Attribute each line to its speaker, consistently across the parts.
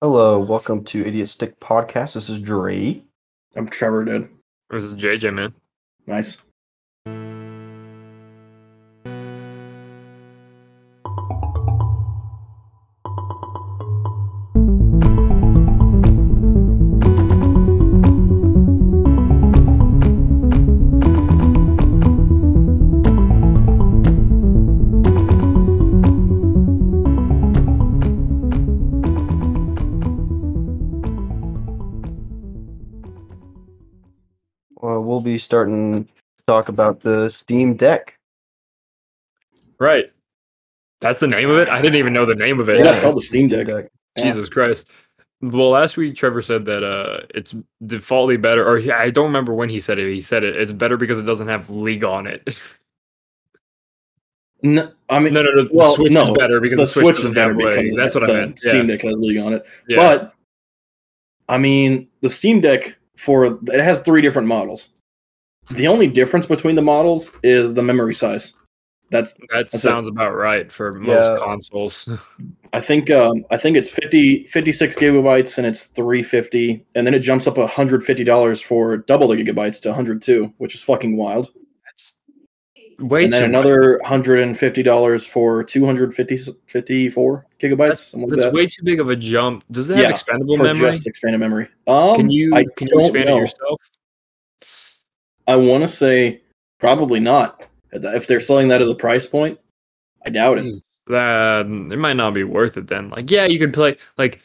Speaker 1: Hello, welcome to Idiot Stick Podcast. This is Dre.
Speaker 2: I'm Trevor, dude.
Speaker 3: This is JJ, man.
Speaker 2: Nice.
Speaker 1: Well, Uh, we'll be starting to talk about the Steam Deck.
Speaker 3: Right. That's the name of it? I didn't even know the name of it.
Speaker 2: Yeah, it's called the Steam Deck. yeah.
Speaker 3: Jesus Christ. Well, last week Trevor said that uh, it's defaultly better, or he, I don't remember when he said it. He said it. It's better because it doesn't have League on it.
Speaker 2: No, I mean,
Speaker 3: no, no, no. The
Speaker 2: well,
Speaker 3: Switch
Speaker 2: no,
Speaker 3: is better because
Speaker 2: the Switch is
Speaker 3: doesn't
Speaker 2: better
Speaker 3: have
Speaker 2: because
Speaker 3: League. That's what I
Speaker 2: the
Speaker 3: meant. Yeah.
Speaker 2: Steam Deck has League on it,
Speaker 3: yeah.
Speaker 2: but I mean, the Steam Deck for it has three different models. The only difference between the models is the memory size. That's
Speaker 3: that
Speaker 2: that's it.
Speaker 3: sounds about right for most
Speaker 1: Yeah.
Speaker 3: consoles.
Speaker 2: I think um, I think it's 50, 56 gigabytes and it's three fifty, and then it jumps up hundred fifty dollars for double the gigabytes to hundred two, which is fucking wild.
Speaker 3: That's way
Speaker 2: and
Speaker 3: too
Speaker 2: then
Speaker 3: much.
Speaker 2: another hundred and fifty dollars for 254 gigabytes. something like
Speaker 3: That's
Speaker 2: that,
Speaker 3: way too big of a jump. Does it have
Speaker 2: Yeah,
Speaker 3: expendable
Speaker 2: for
Speaker 3: memory?
Speaker 2: just expanded memory. Um,
Speaker 3: can you
Speaker 2: I
Speaker 3: can you
Speaker 2: don't
Speaker 3: expand
Speaker 2: know.
Speaker 3: it yourself?
Speaker 2: I want to say probably not. If they're selling that as a price point, I doubt
Speaker 3: Hmm,
Speaker 2: it.
Speaker 3: that it might not be worth it then. Like, yeah, you could play like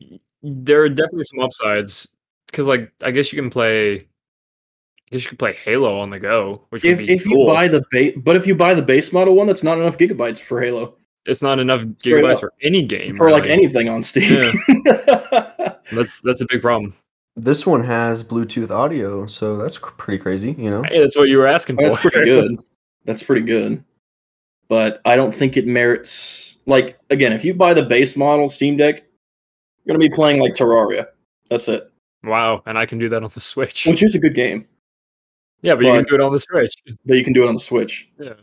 Speaker 3: y- there are definitely some upsides because like I guess you can play I guess you could play Halo on the go, which
Speaker 2: If,
Speaker 3: would be
Speaker 2: if you
Speaker 3: cool.
Speaker 2: buy the base, but if you buy the base model one, that's not enough gigabytes for Halo
Speaker 3: it's not enough
Speaker 2: Straight
Speaker 3: gigabytes
Speaker 2: up.
Speaker 3: for any game.
Speaker 2: for like
Speaker 3: really.
Speaker 2: anything on Steam.
Speaker 3: that's that's a big problem.
Speaker 1: This one has Bluetooth audio, so that's cr- pretty crazy, you know?
Speaker 3: Hey, that's what you were asking
Speaker 2: Oh, That's
Speaker 3: for.
Speaker 2: pretty good. That's pretty good. But I don't think it merits like again, if you buy the base model Steam Deck, you're gonna be playing like Terraria. That's it.
Speaker 3: wow, and I can do that on the Switch.
Speaker 2: Which is a good game,
Speaker 3: yeah, but you can
Speaker 2: but-
Speaker 3: do it on the Switch.
Speaker 2: but you can do it on the Switch.
Speaker 3: Yeah.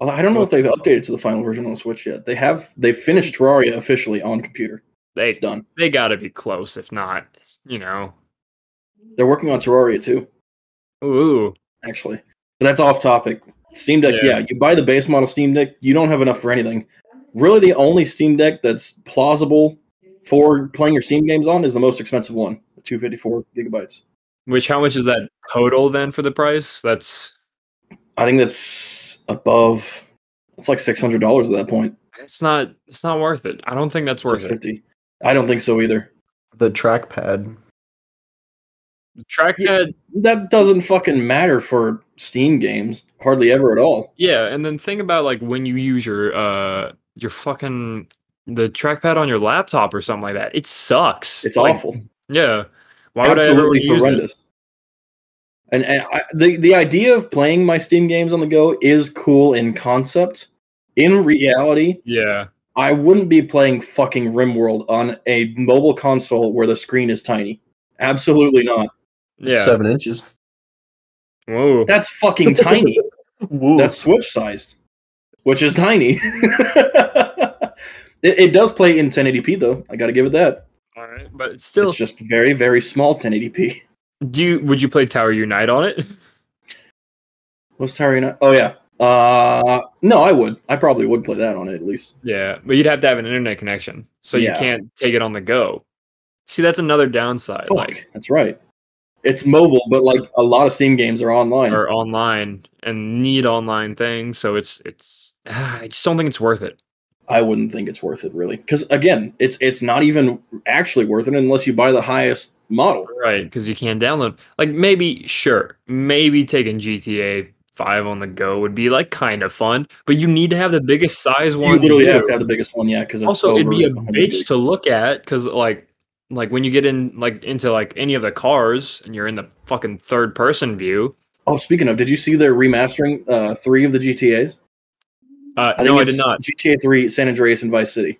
Speaker 2: Although I don't know if they've updated to the final version on the Switch yet. They have they finished Terraria officially on computer.
Speaker 3: They
Speaker 2: It's done.
Speaker 3: they gotta be close, if not, you know.
Speaker 2: They're working on Terraria too,
Speaker 3: Ooh.
Speaker 2: actually. But that's off topic. Steam Deck,
Speaker 3: Yeah.
Speaker 2: yeah. you buy the base model Steam Deck, you don't have enough for anything. Really, the only Steam Deck that's plausible for playing your Steam games on is the most expensive one, the 254 gigabytes.
Speaker 3: Which how much is that total then for the price? That's
Speaker 2: I think that's above. It's like six hundred dollars at that point.
Speaker 3: It's not. It's not worth it. I don't think that's worth
Speaker 2: Six
Speaker 3: it.
Speaker 2: fifty. I don't think so either.
Speaker 1: The trackpad.
Speaker 3: The trackpad,
Speaker 2: That doesn't fucking matter for Steam games, hardly ever at all.
Speaker 3: yeah. And then think about like when you use your uh your fucking the trackpad on your laptop or something like that. It sucks.
Speaker 2: It's
Speaker 3: Like,
Speaker 2: awful.
Speaker 3: Yeah. Why would I ever
Speaker 2: Absolutely
Speaker 3: use it?
Speaker 2: horrendous. And, and I, the the idea of playing my Steam games on the go is cool in concept. In reality,
Speaker 3: Yeah.
Speaker 2: I wouldn't be playing fucking RimWorld on a mobile console where the screen is tiny. Absolutely not.
Speaker 3: Yeah.
Speaker 1: Seven inches.
Speaker 3: Whoa.
Speaker 2: That's fucking tiny.
Speaker 1: Woo.
Speaker 2: that's switch sized which is tiny it, it does play in 1080p though i gotta give it that
Speaker 3: All right. But it's still,
Speaker 2: it's just very very small 1080p
Speaker 3: do you would you play Tower Unite on it?
Speaker 2: what's tower Unite? oh yeah uh no i would i probably would play that on it at least
Speaker 3: Yeah, but you'd have to have an internet connection, so
Speaker 2: Yeah.
Speaker 3: you can't take it on the go. See, that's another downside.
Speaker 2: Fuck,
Speaker 3: Like,
Speaker 2: that's right it's mobile but like a lot of steam games are online
Speaker 3: are online and need online things. So it's it's I just don't think it's worth it.
Speaker 2: i wouldn't think it's worth it really because again it's it's not even actually worth it unless you buy the highest model
Speaker 3: Right, because you can't download. Like maybe sure, maybe taking GTA five on the go would be like kind of fun, but you need to have the biggest size one.
Speaker 2: you literally
Speaker 3: do.
Speaker 2: have to have the biggest one yet because
Speaker 3: also it'd be a bitch
Speaker 2: bitch
Speaker 3: to look at because like like when you get in like into like any of the cars and you're in the fucking third person view.
Speaker 2: Oh, speaking of, did you see they're remastering uh, three of the GTA's?
Speaker 3: Uh, no, I did
Speaker 2: it's
Speaker 3: not.
Speaker 2: GTA Three, San Andreas, and Vice City,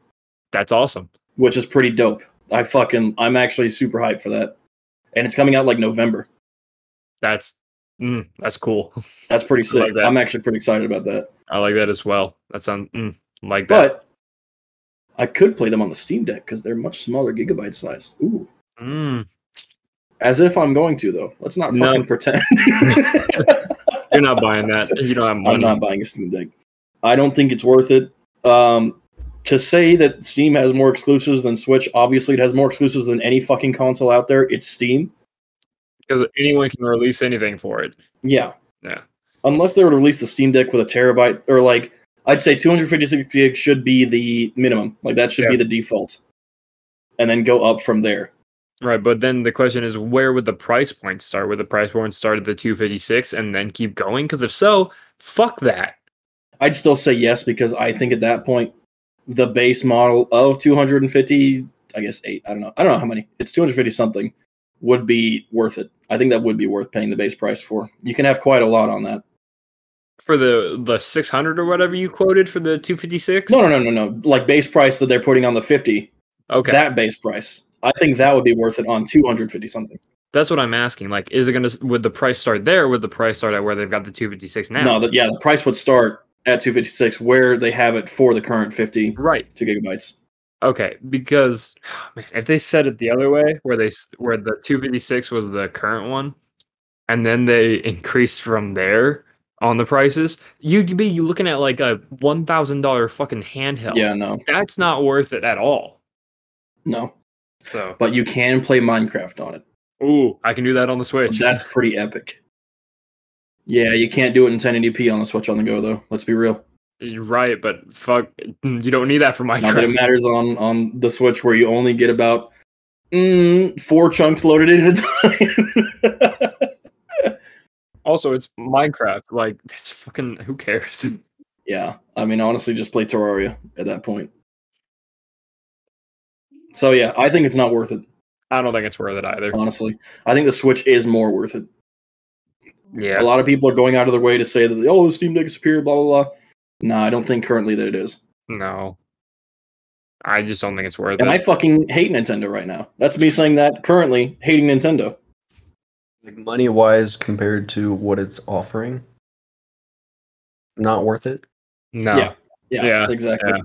Speaker 3: That's awesome.
Speaker 2: which is pretty dope. I fucking, I'm actually super hyped for that, and it's coming out like November.
Speaker 3: That's mm, that's cool.
Speaker 2: That's pretty
Speaker 3: I like
Speaker 2: sick.
Speaker 3: that.
Speaker 2: I'm actually pretty excited about that.
Speaker 3: I like that as well. That sounds mm, like that.
Speaker 2: But I could play them on the Steam Deck because they're much smaller gigabyte size. Ooh.
Speaker 3: Mm,
Speaker 2: As if I'm going to though. Let's not
Speaker 3: No.
Speaker 2: fucking pretend.
Speaker 3: you're not buying that. You don't have
Speaker 2: I'm
Speaker 3: money.
Speaker 2: not buying a Steam Deck. I don't think it's worth it. Um, to say that Steam has more exclusives than Switch, obviously it has more exclusives than any fucking console out there. It's Steam.
Speaker 3: because anyone can release anything for it.
Speaker 2: Yeah.
Speaker 3: Yeah.
Speaker 2: Unless they were to release the Steam Deck with a terabyte or like I'd say 256 gigs should be the minimum. Like that should be
Speaker 3: Yeah.
Speaker 2: the default. And then go up from there.
Speaker 3: Right, but then the question is, where would the price point start? Would the price point start at the two fifty six and then keep going? Because if so, fuck that.
Speaker 2: I'd still say yes because I think at that point the base model of 250, I guess eight, I don't know, I don't know how many. It's 250 something would be worth it. I think that would be worth paying the base price for. You can have quite a lot on that.
Speaker 3: For the the six hundred or whatever you quoted for the two fifty six.
Speaker 2: No, no, no, no, no. Like base price that they're putting on the 50,
Speaker 3: Okay,
Speaker 2: that base price. I think that would be worth it on 250 something.
Speaker 3: that's what I'm asking. Like, is it gonna? s- Would the price start there? Or would the price start at where they've got the two fifty six now?
Speaker 2: No, the, yeah, the price would start at 256 where they have it for the current 50
Speaker 3: right.
Speaker 2: 2 gigabytes.
Speaker 3: Okay, because man, if they said it the other way, where they s- where the two fifty six was the current one, and then they increased from there on the prices, you'd be looking at like a one thousand dollar fucking handheld.
Speaker 2: Yeah, no.
Speaker 3: that's not worth it at all.
Speaker 2: No.
Speaker 3: So,
Speaker 2: But you can play Minecraft on it.
Speaker 3: ooh, I can do that on the Switch.
Speaker 2: That's pretty epic. Yeah, you can't do it in 1080p on the Switch on the go though. Let's be real.
Speaker 3: You're right, but fuck, you don't need that for
Speaker 2: Not that it
Speaker 3: Minecraft.
Speaker 2: matters on on the Switch where you only get about mm, four chunks loaded in at a time.
Speaker 3: Also, it's Minecraft. Like, that's fucking. Who cares?
Speaker 2: yeah, I mean honestly, just play Terraria at that point. So yeah, I think it's not worth it.
Speaker 3: I don't think it's worth it either.
Speaker 2: Honestly, I think the Switch is more worth it. A
Speaker 3: Yeah,
Speaker 2: lot of people are going out of their way to say that oh, the Steam Deck is superior, blah blah blah. Nah, I don't think currently that it is.
Speaker 3: no, I just don't think it's worth
Speaker 2: And I
Speaker 3: it.
Speaker 2: fucking hate Nintendo right now. That's me saying that currently hating Nintendo.
Speaker 1: Like money wise compared to what it's offering, not worth it.
Speaker 3: no,
Speaker 2: Yeah. Yeah,
Speaker 3: Yeah,
Speaker 2: exactly.
Speaker 3: yeah.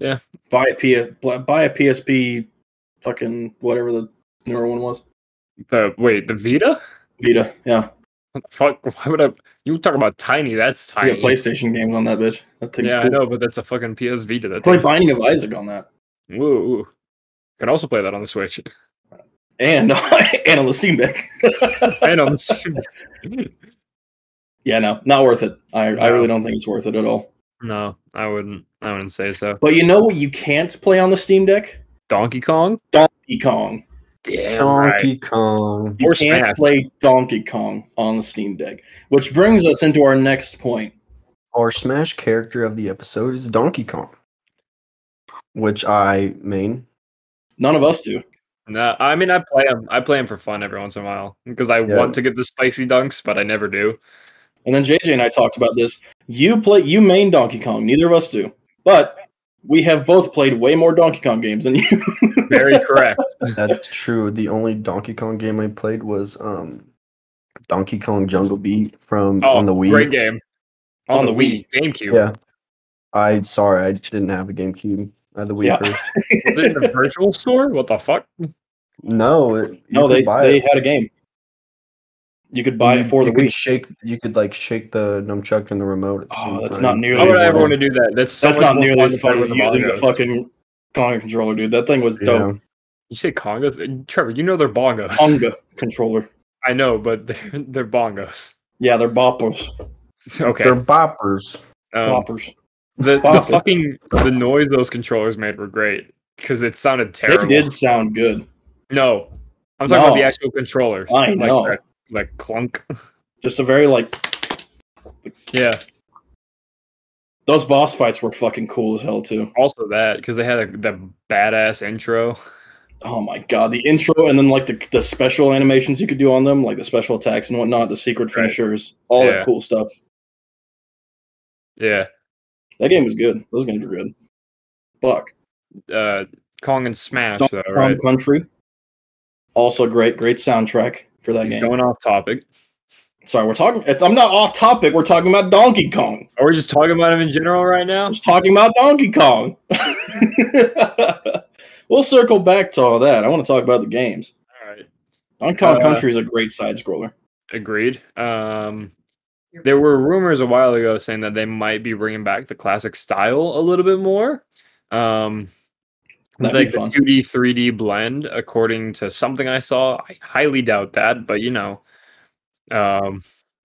Speaker 3: Yeah.
Speaker 2: Buy a PS, bl- buy a PSP, fucking whatever the newer one was.
Speaker 3: the wait, the Vita.
Speaker 2: Vita, yeah.
Speaker 3: What the fuck? Why would I? You talk about tiny? That's
Speaker 2: We
Speaker 3: tiny.
Speaker 2: got PlayStation games on that bitch. That thing's
Speaker 3: yeah, I
Speaker 2: cool.
Speaker 3: know, but that's a fucking PS Vita. That
Speaker 2: Play
Speaker 3: thing's-
Speaker 2: Binding of Isaac on that,
Speaker 3: Woo. Can also play that on the Switch
Speaker 2: and and on the Steam Deck.
Speaker 3: and on the Steam.
Speaker 2: yeah, no, not worth it. I I
Speaker 3: No.
Speaker 2: really don't think it's worth it at all.
Speaker 3: No, I wouldn't. I wouldn't say so.
Speaker 2: But you know what? You can't play on the Steam Deck.
Speaker 3: Donkey Kong.
Speaker 2: Donkey Kong.
Speaker 3: Damn
Speaker 1: Donkey Kong.
Speaker 2: You
Speaker 3: Or
Speaker 2: can't
Speaker 3: Smash.
Speaker 2: play Donkey Kong on the Steam Deck, which brings us into our next point.
Speaker 1: Our Smash character of the episode is Donkey Kong, which I mean,
Speaker 2: None of us do.
Speaker 3: No, I mean I play them. I play them for fun every once in a while because I
Speaker 1: Yeah.
Speaker 3: want to get the spicy dunks, but I never do.
Speaker 2: And then JJ and I talked about this. You play, you main Donkey Kong. Neither of us do, but we have both played way more Donkey Kong games than you.
Speaker 3: Very correct.
Speaker 1: that's true. The only Donkey Kong game I played was um, Donkey Kong Jungle Beat from
Speaker 3: Oh,
Speaker 1: on the Wii.
Speaker 3: great game. On, the, Wii, GameCube.
Speaker 1: Yeah. I sorry, I didn't have a GameCube. I had the Wii
Speaker 2: Yeah.
Speaker 1: first.
Speaker 3: Was it in the virtual store? What the fuck?
Speaker 1: No, it, you
Speaker 2: no,
Speaker 1: could
Speaker 2: they
Speaker 1: buy
Speaker 2: they
Speaker 1: it.
Speaker 2: had a game. You could buy
Speaker 1: You-
Speaker 2: it for the
Speaker 1: you could
Speaker 2: Wii.
Speaker 1: Shake, you could like shake the nunchuck and the remote. at the
Speaker 2: Oh,
Speaker 1: same
Speaker 2: that's
Speaker 1: time.
Speaker 2: not nearly
Speaker 3: Why would I
Speaker 2: as
Speaker 3: ever
Speaker 2: fun.
Speaker 3: want to do that? That's so
Speaker 2: That's
Speaker 3: much
Speaker 2: not
Speaker 3: more
Speaker 2: nearly
Speaker 3: fun
Speaker 2: as
Speaker 3: to play
Speaker 2: fun as
Speaker 3: with
Speaker 2: using the
Speaker 3: bongos.
Speaker 2: fucking Kong controller, dude. That thing was
Speaker 1: Yeah.
Speaker 2: dope.
Speaker 3: You say congos, Uh, Trevor? You know they're bongos.
Speaker 2: Conga controller.
Speaker 3: I know, but they're they're bongos.
Speaker 2: Yeah, they're boppers.
Speaker 3: Okay.
Speaker 1: They're boppers.
Speaker 3: um,
Speaker 2: Boppers.
Speaker 3: the, the
Speaker 2: boppers.
Speaker 3: fucking the noise those controllers made were great because it sounded
Speaker 2: They
Speaker 3: terrible.
Speaker 2: did sound good.
Speaker 3: No, I'm talking about the
Speaker 2: No.
Speaker 3: actual controllers.
Speaker 2: I know.
Speaker 3: Like, the- like clunk.
Speaker 2: Just a very like
Speaker 3: Yeah.
Speaker 2: those boss fights were fucking cool as hell too.
Speaker 3: Also that because they had a, the badass intro.
Speaker 2: Oh my god, the intro and then like the, the special animations you could do on them, like the special attacks and whatnot, the secret
Speaker 3: Right.
Speaker 2: finishers, all
Speaker 3: Yeah.
Speaker 2: that cool stuff.
Speaker 3: Yeah.
Speaker 2: That game was good. Those games were good. Fuck,
Speaker 3: Uh, Kong and Smash
Speaker 2: Donkey
Speaker 3: though,
Speaker 2: Kong
Speaker 3: right?
Speaker 2: Country, also great, great soundtrack for that
Speaker 3: He's
Speaker 2: game.
Speaker 3: going off topic.
Speaker 2: Sorry, we're talking. It's, I'm not off topic. We're talking about Donkey Kong.
Speaker 3: Are we just talking about him in general right now?
Speaker 2: I'm just talking about Donkey Kong. we'll circle back to all that. I want to talk about the games.
Speaker 3: All right.
Speaker 2: Donkey Kong
Speaker 3: Uh,
Speaker 2: Country is a great side scroller.
Speaker 3: Agreed. Um, there were rumors a while ago saying that they might be bringing back the classic style a little bit more. Um,
Speaker 2: That'd
Speaker 3: like
Speaker 2: be
Speaker 3: the
Speaker 2: fun.
Speaker 3: 2D, 3D blend, according to something I saw. I highly doubt that, but you know, um,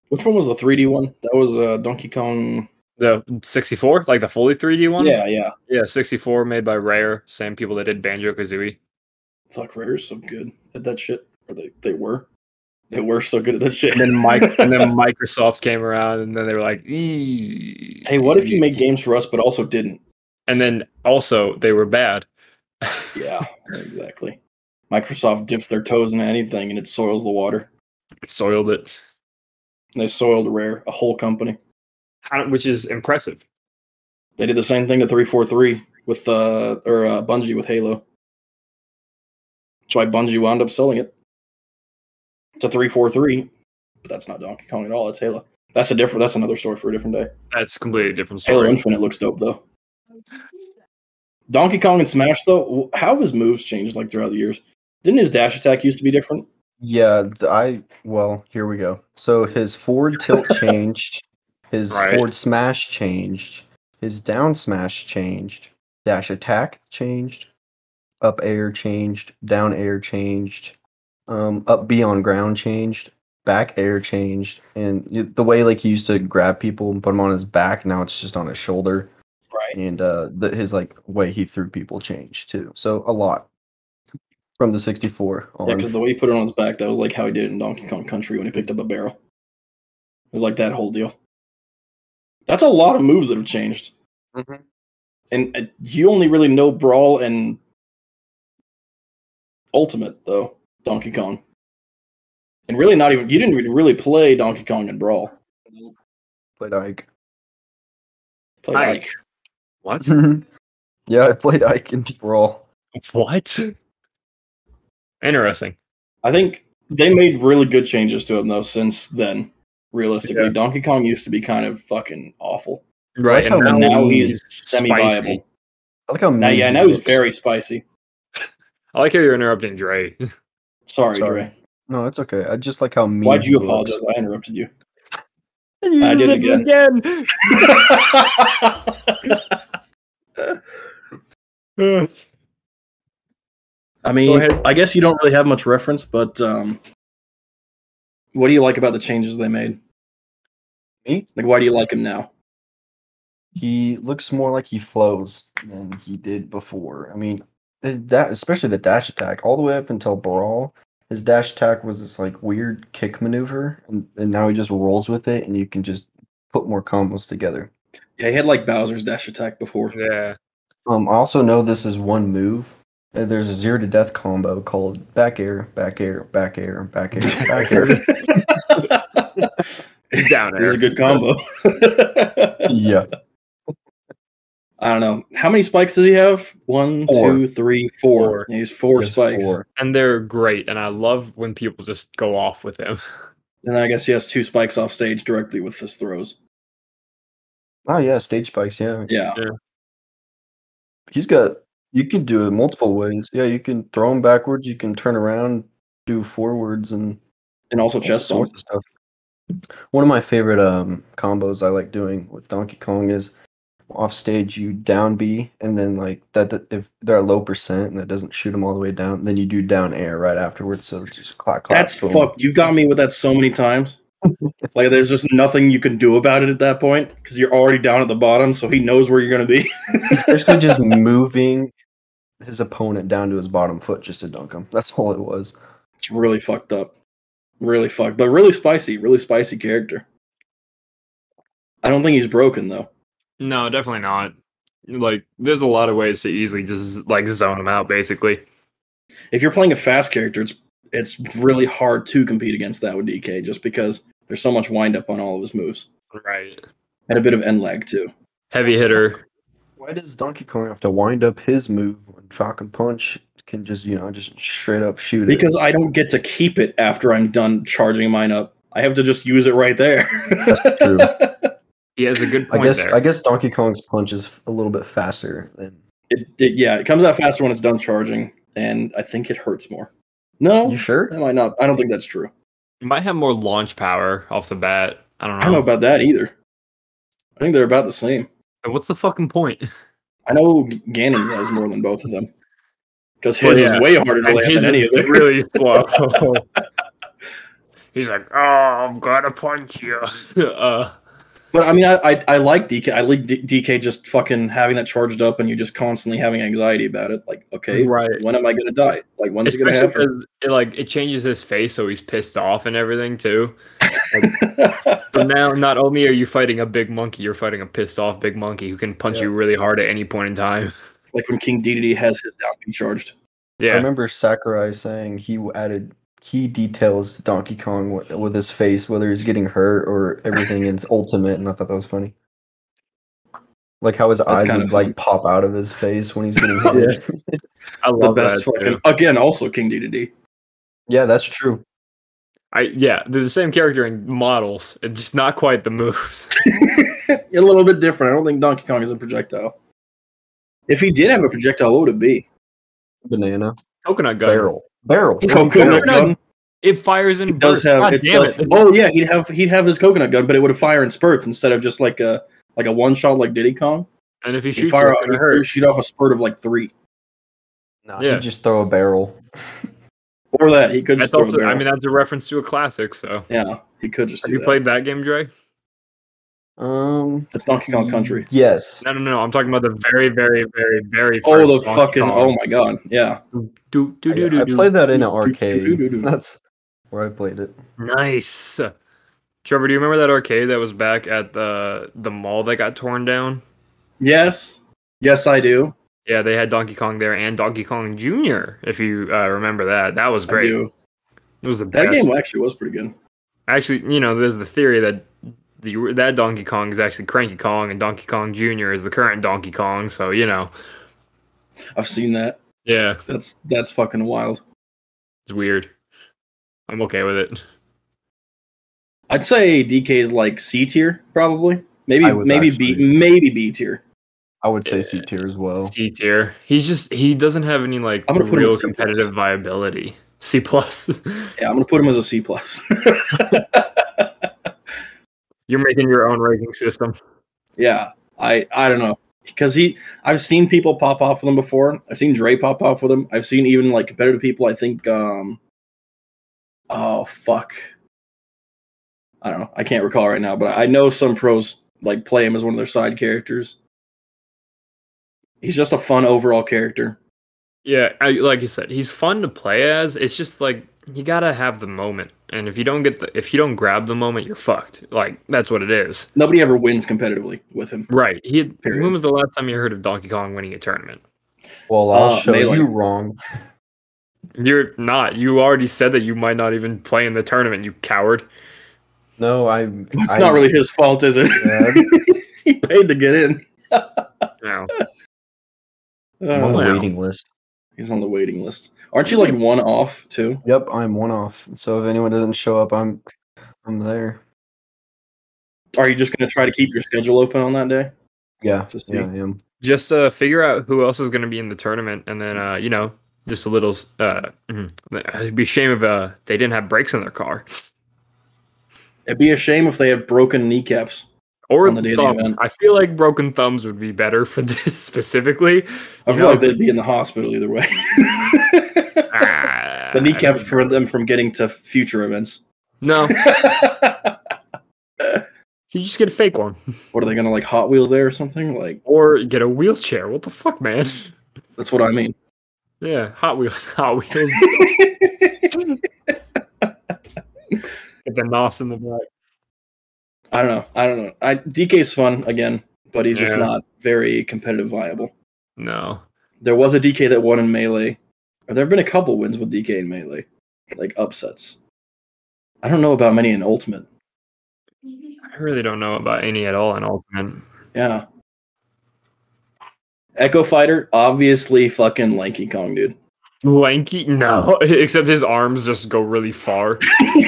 Speaker 2: Which one was the 3D one? That was uh, Donkey Kong.
Speaker 3: the 64, like the fully 3D one.
Speaker 2: Yeah, yeah.
Speaker 3: Yeah, 64 made by Rare, same people that did Banjo Kazooie.
Speaker 2: Fuck, Rare is so good at that shit. Or they, they were. They were so good at that shit.
Speaker 3: And then Mike, and then Microsoft came around, and then they were like, "Hey,
Speaker 2: hey, what if you made games for us but also didn't?
Speaker 3: And then also they were bad.
Speaker 2: Yeah, exactly. Microsoft dips their toes into anything and it soils the water.
Speaker 3: soiled it,
Speaker 2: And they soiled Rare, a whole company.
Speaker 3: How- which is impressive.
Speaker 2: They did the same thing to 343 with uh or uh, Bungie with Halo. That's why Bungie wound up selling it to 343. But that's not Donkey Kong at all. It's Halo. That's a different. That's another story for a different day.
Speaker 3: That's a completely different
Speaker 2: Halo
Speaker 3: story.
Speaker 2: Infinite looks dope though. Donkey Kong and Smash though, wh- how have his moves changed like throughout the years? Didn't his dash attack used to be different?
Speaker 1: Yeah, th- I well, here we go. So his forward tilt changed, his
Speaker 3: Right.
Speaker 1: forward smash changed, his down smash changed, dash attack changed, up air changed, down air changed, um, up B on ground changed, back air changed, and y- the way like he used to grab people and put them on his back, now it's just on his shoulder,
Speaker 2: Right.
Speaker 1: and uh, the, his like way he threw people changed too. So a lot from the 64 on.
Speaker 2: Yeah, because the way he put it on his back, that was like how he did it in Donkey Kong Country when he picked up a barrel. It was like that whole deal. That's a lot of moves that have changed.
Speaker 1: Mhm.
Speaker 2: And uh, you only really know Brawl and Ultimate, though, Donkey Kong. And really, not even, you didn't even really play Donkey Kong and Brawl.
Speaker 1: But like
Speaker 2: Play
Speaker 3: Right.
Speaker 2: like,
Speaker 3: What?
Speaker 1: Mm-hmm. yeah, I played Ike in Brawl.
Speaker 3: What? Interesting.
Speaker 2: I think they made really good changes to him, though, since then. Realistically, Donkey Kong used to be kind of fucking awful.
Speaker 3: Right.
Speaker 1: how
Speaker 2: And
Speaker 1: Now
Speaker 2: now
Speaker 1: he's
Speaker 2: he's semi viable.
Speaker 1: I like how
Speaker 2: Now,
Speaker 1: mean
Speaker 2: yeah,
Speaker 1: he
Speaker 2: now he's
Speaker 1: looks.
Speaker 2: very spicy.
Speaker 3: I like how you're interrupting Dre.
Speaker 2: Sorry,
Speaker 1: Sorry.
Speaker 2: Dre.
Speaker 1: No, it's okay. I just like how mean.
Speaker 2: Why'd
Speaker 1: he
Speaker 2: you
Speaker 1: looks.
Speaker 2: apologize? I interrupted you.
Speaker 3: I
Speaker 2: did it again. I
Speaker 3: Go
Speaker 2: mean,
Speaker 3: ahead.
Speaker 2: I guess you don't really have much reference, but um, what do you like about the changes they made?
Speaker 1: Me?
Speaker 2: Like, why do you like him now?
Speaker 1: He looks more like he flows than he did before. I mean, his da- especially the dash attack, all the way up until Brawl, his dash attack was this like weird kick maneuver, and, and now he just rolls with it, and you can just put more combos together.
Speaker 2: Yeah, he had like Bowser's dash attack before.
Speaker 3: yeah.
Speaker 1: Um, I also know this is one move. and There's a zero to death combo called back air, back air, back air, back air, back air.
Speaker 3: Down
Speaker 2: This is
Speaker 3: air.
Speaker 2: a good combo.
Speaker 1: yeah,
Speaker 2: I don't know. How many spikes does he have? One,
Speaker 1: Four.
Speaker 2: two, three, four.
Speaker 3: Four.
Speaker 2: Yeah, he's four
Speaker 1: there's
Speaker 2: spikes.
Speaker 1: four.
Speaker 3: and they're great. And I love when people just go off with him.
Speaker 2: And I guess he has two spikes off stage directly with his throws.
Speaker 1: Oh yeah, stage spikes. Yeah,
Speaker 2: Yeah.
Speaker 1: he's got. You can do it multiple ways. Yeah, you can throw him backwards. You can turn around, do forwards, and
Speaker 2: And also
Speaker 1: all
Speaker 2: chest bump.
Speaker 1: sorts of stuff. One of my favorite um combos I like doing with Donkey Kong is off stage you down B and then like that, that if they're at low percent and that doesn't shoot them all the way down, then you do down air right afterwards. So it's just clack clack.
Speaker 2: That's
Speaker 1: boom.
Speaker 2: fucked. You've got me with that so many times. like there's just nothing you can do about it at that point because you're already down at the bottom, so he knows where you're gonna be.
Speaker 1: Basically, just moving his opponent down to his bottom foot just to dunk him. That's all it was.
Speaker 2: it's really fucked up. Really fucked. But really spicy, really spicy character. I don't think he's broken though.
Speaker 3: No, definitely not. Like, there's a lot of ways to easily just like zone him out, basically.
Speaker 2: If you're playing a fast character, it's it's really hard to compete against that with DK just because there's so much wind up on all of his moves.
Speaker 3: Right.
Speaker 2: And a bit of end lag too.
Speaker 3: Heavy hitter.
Speaker 1: Why does Donkey Kong have to wind up his move when Falcon Punch can just you know just straight up shoot it?
Speaker 2: Because I don't get to keep it after I'm done charging mine up. I have to just use it right there.
Speaker 1: That's true.
Speaker 3: He has a good
Speaker 1: I
Speaker 3: point
Speaker 1: guess
Speaker 3: there.
Speaker 1: I guess Donkey Kong's punch is a little bit faster than
Speaker 2: It, it- yeah, it comes out faster when it's done charging, and I think it hurts more. No,
Speaker 1: you sure?
Speaker 2: that might not. I don't think that's true.
Speaker 3: It might have more launch power off the bat. I don't know.
Speaker 2: I don't know about that either. I think they're about the same.
Speaker 3: And What's the fucking point?
Speaker 2: I know G- Ganon's has more than both of them because his
Speaker 3: Well, yeah.
Speaker 2: is way harder to
Speaker 3: Like,
Speaker 2: land
Speaker 3: his
Speaker 2: than any
Speaker 3: is
Speaker 2: of theirs.
Speaker 3: really slow. He's like, oh, I'm gonna punch you. uh,
Speaker 2: But I mean, I I, I like DK. I like D- DK just fucking having that charged up, and you just constantly having anxiety about it. Like, okay,
Speaker 3: right.
Speaker 2: when am I gonna die? Like, when's it
Speaker 3: Especially
Speaker 2: gonna happen?
Speaker 3: because it like it changes his face, so he's pissed off and everything too. So now, not only are you fighting a big monkey, you're fighting a pissed off big monkey who can punch
Speaker 1: Yeah.
Speaker 3: you really hard at any point in time.
Speaker 2: like when King DDD has his down being charged.
Speaker 1: I
Speaker 3: Yeah,
Speaker 1: remember Sakurai saying he w- added key details to Donkey Kong w- with his face, whether he's getting hurt or everything in his ultimate, and I thought that was funny. Like how his eyes
Speaker 2: kind
Speaker 1: would
Speaker 2: of
Speaker 1: like pop out of his face when he's getting hit. yeah.
Speaker 3: I
Speaker 2: The
Speaker 3: love
Speaker 2: best
Speaker 3: that.
Speaker 2: fucking
Speaker 3: too.
Speaker 2: again, also King DDD.
Speaker 1: that's true.
Speaker 3: I yeah, they're the same character in models, and just not quite the moves.
Speaker 2: a little bit different. I don't think Donkey Kong is a projectile. If he did have a projectile, what would it be?
Speaker 1: Banana
Speaker 3: Coconut gun.
Speaker 1: barrel, barrel.
Speaker 3: He's
Speaker 1: Barrel.
Speaker 2: Coconut
Speaker 3: Barrel.
Speaker 2: gun.
Speaker 3: It fires in
Speaker 2: It does
Speaker 3: bursts.
Speaker 2: have.
Speaker 3: God
Speaker 2: it
Speaker 3: damn
Speaker 2: does-
Speaker 3: it.
Speaker 2: Oh yeah, he'd have he'd have his coconut gun, but it would fire in spurts instead of just like a like a one shot like Diddy Kong.
Speaker 3: And if he
Speaker 2: He'd
Speaker 3: shoots,
Speaker 2: fire
Speaker 3: it,
Speaker 2: out,
Speaker 3: it
Speaker 2: he'd
Speaker 3: hurts.
Speaker 2: shoot off a spurt of like three.
Speaker 1: Nah,
Speaker 3: Yeah.
Speaker 1: you just throw a barrel.
Speaker 2: Or that he could just
Speaker 3: That's
Speaker 2: throw
Speaker 3: also,
Speaker 2: a
Speaker 3: I
Speaker 2: barrel.
Speaker 3: mean, that's a reference to a classic. So,
Speaker 2: yeah, he could just.
Speaker 3: have
Speaker 2: Do
Speaker 3: you
Speaker 2: that.
Speaker 3: played that game, Dre?
Speaker 1: Um,
Speaker 2: It's Donkey Kong Country.
Speaker 1: yes.
Speaker 3: No, no, no. I'm talking about the very, very, very, very.
Speaker 2: Oh the
Speaker 3: first Donkey
Speaker 2: fucking!
Speaker 3: Kong.
Speaker 2: Oh my god! Yeah.
Speaker 3: Do do do
Speaker 1: I, I
Speaker 3: do. do.
Speaker 1: played that in an
Speaker 2: Do, do, do, do, do, do.
Speaker 1: arcade. That's where I played it.
Speaker 3: Nice. Trevor, do you remember that arcade that was back at the the mall that got torn down?
Speaker 2: Yes. Yes, I do.
Speaker 3: Yeah, they had Donkey Kong there and Donkey Kong Jr. If you uh, remember that, that was
Speaker 2: I
Speaker 3: great.
Speaker 2: do.
Speaker 3: It was the
Speaker 2: That
Speaker 3: best.
Speaker 2: game actually was pretty good.
Speaker 3: actually, you know, there's the theory that the that Donkey Kong is actually Cranky Kong and Donkey Kong Jr. is the current Donkey Kong. So you know,
Speaker 2: I've seen that.
Speaker 3: yeah,
Speaker 2: That's that's fucking wild.
Speaker 3: it's weird. I'm okay with it.
Speaker 2: I'd say DK is like C tier, probably. Maybe
Speaker 1: I was
Speaker 2: maybe B
Speaker 1: actually-
Speaker 2: maybe B tier.
Speaker 1: I would say C tier as well.
Speaker 3: C tier. He's just he doesn't have any like
Speaker 2: I'm gonna put him
Speaker 3: real
Speaker 2: at C plus.
Speaker 3: competitive viability. C plus.
Speaker 2: Yeah, I'm gonna put him as a C plus.
Speaker 3: You're making your own ranking system.
Speaker 2: yeah. I I don't know. Because he I've seen people pop off with him before. I've seen Dre pop off with him. I've seen even like competitive people, I think um Oh fuck. I don't know. I can't recall right now, but I know some pros like play him as one of their side characters. He's just a fun overall character.
Speaker 3: Yeah, I, like you said, he's fun to play as. It's just like you gotta have the moment, and if you don't get the if you don't grab the moment, you're fucked. Like that's what it is.
Speaker 2: Nobody ever wins competitively with him.
Speaker 3: Right. He. Had,
Speaker 2: Period.
Speaker 3: when was the last time you heard of Donkey Kong winning a tournament?
Speaker 1: Well, I'll
Speaker 2: Uh,
Speaker 1: show
Speaker 2: Melee.
Speaker 1: you wrong.
Speaker 3: You're not. You already said that you might not even play in the tournament. You coward.
Speaker 1: No, I.
Speaker 2: It's
Speaker 1: I-
Speaker 2: not really his fault, is it?
Speaker 1: Yeah,
Speaker 2: he paid to get in.
Speaker 3: No.
Speaker 1: I'm on
Speaker 2: Uh,
Speaker 1: the
Speaker 3: Wow.
Speaker 1: waiting list.
Speaker 2: he's on the waiting list. Aren't you like one off too?
Speaker 1: Yep, I'm one off. So if anyone doesn't show up, I'm I'm there.
Speaker 2: Are you just going to try to keep your schedule open on that day?
Speaker 1: Yeah,
Speaker 2: Just
Speaker 1: yeah, I am.
Speaker 3: Just uh, figure out who else is gonna be in the tournament, and then uh, you know, just a little. Uh, mm, it'd be a shame if uh they didn't have brakes in their car
Speaker 2: It'd be a shame if they had broken kneecaps.
Speaker 3: or
Speaker 2: On the day of the
Speaker 3: thumbs.
Speaker 2: event.
Speaker 3: I feel like broken thumbs would be better for this specifically.
Speaker 2: I feel
Speaker 3: You know-
Speaker 2: like they'd be in the hospital either way.
Speaker 3: Ah,
Speaker 1: Ah,
Speaker 2: the kneecaps prevent them from getting to future events.
Speaker 3: No,
Speaker 2: what
Speaker 3: you just get a fake one
Speaker 2: are they going to like Hot Wheels there or something? Like
Speaker 3: or get a wheelchair. What the fuck, man?
Speaker 2: that's what I mean.
Speaker 3: Yeah, Hot Wheels, Hot Wheels, get the nos in the back.
Speaker 2: I don't know. I don't know. I DK's fun again, but he's just
Speaker 3: Yeah.
Speaker 2: not very competitive viable.
Speaker 3: No,
Speaker 2: there was a DK that won in melee. Or there have been a couple wins with DK in melee, like upsets. I don't know about many in ultimate.
Speaker 3: I really don't know about any at all in Ultimate.
Speaker 2: Yeah. Echo Fighter, obviously fucking Lanky Kong, dude.
Speaker 3: lanky. No, except his arms just go really far.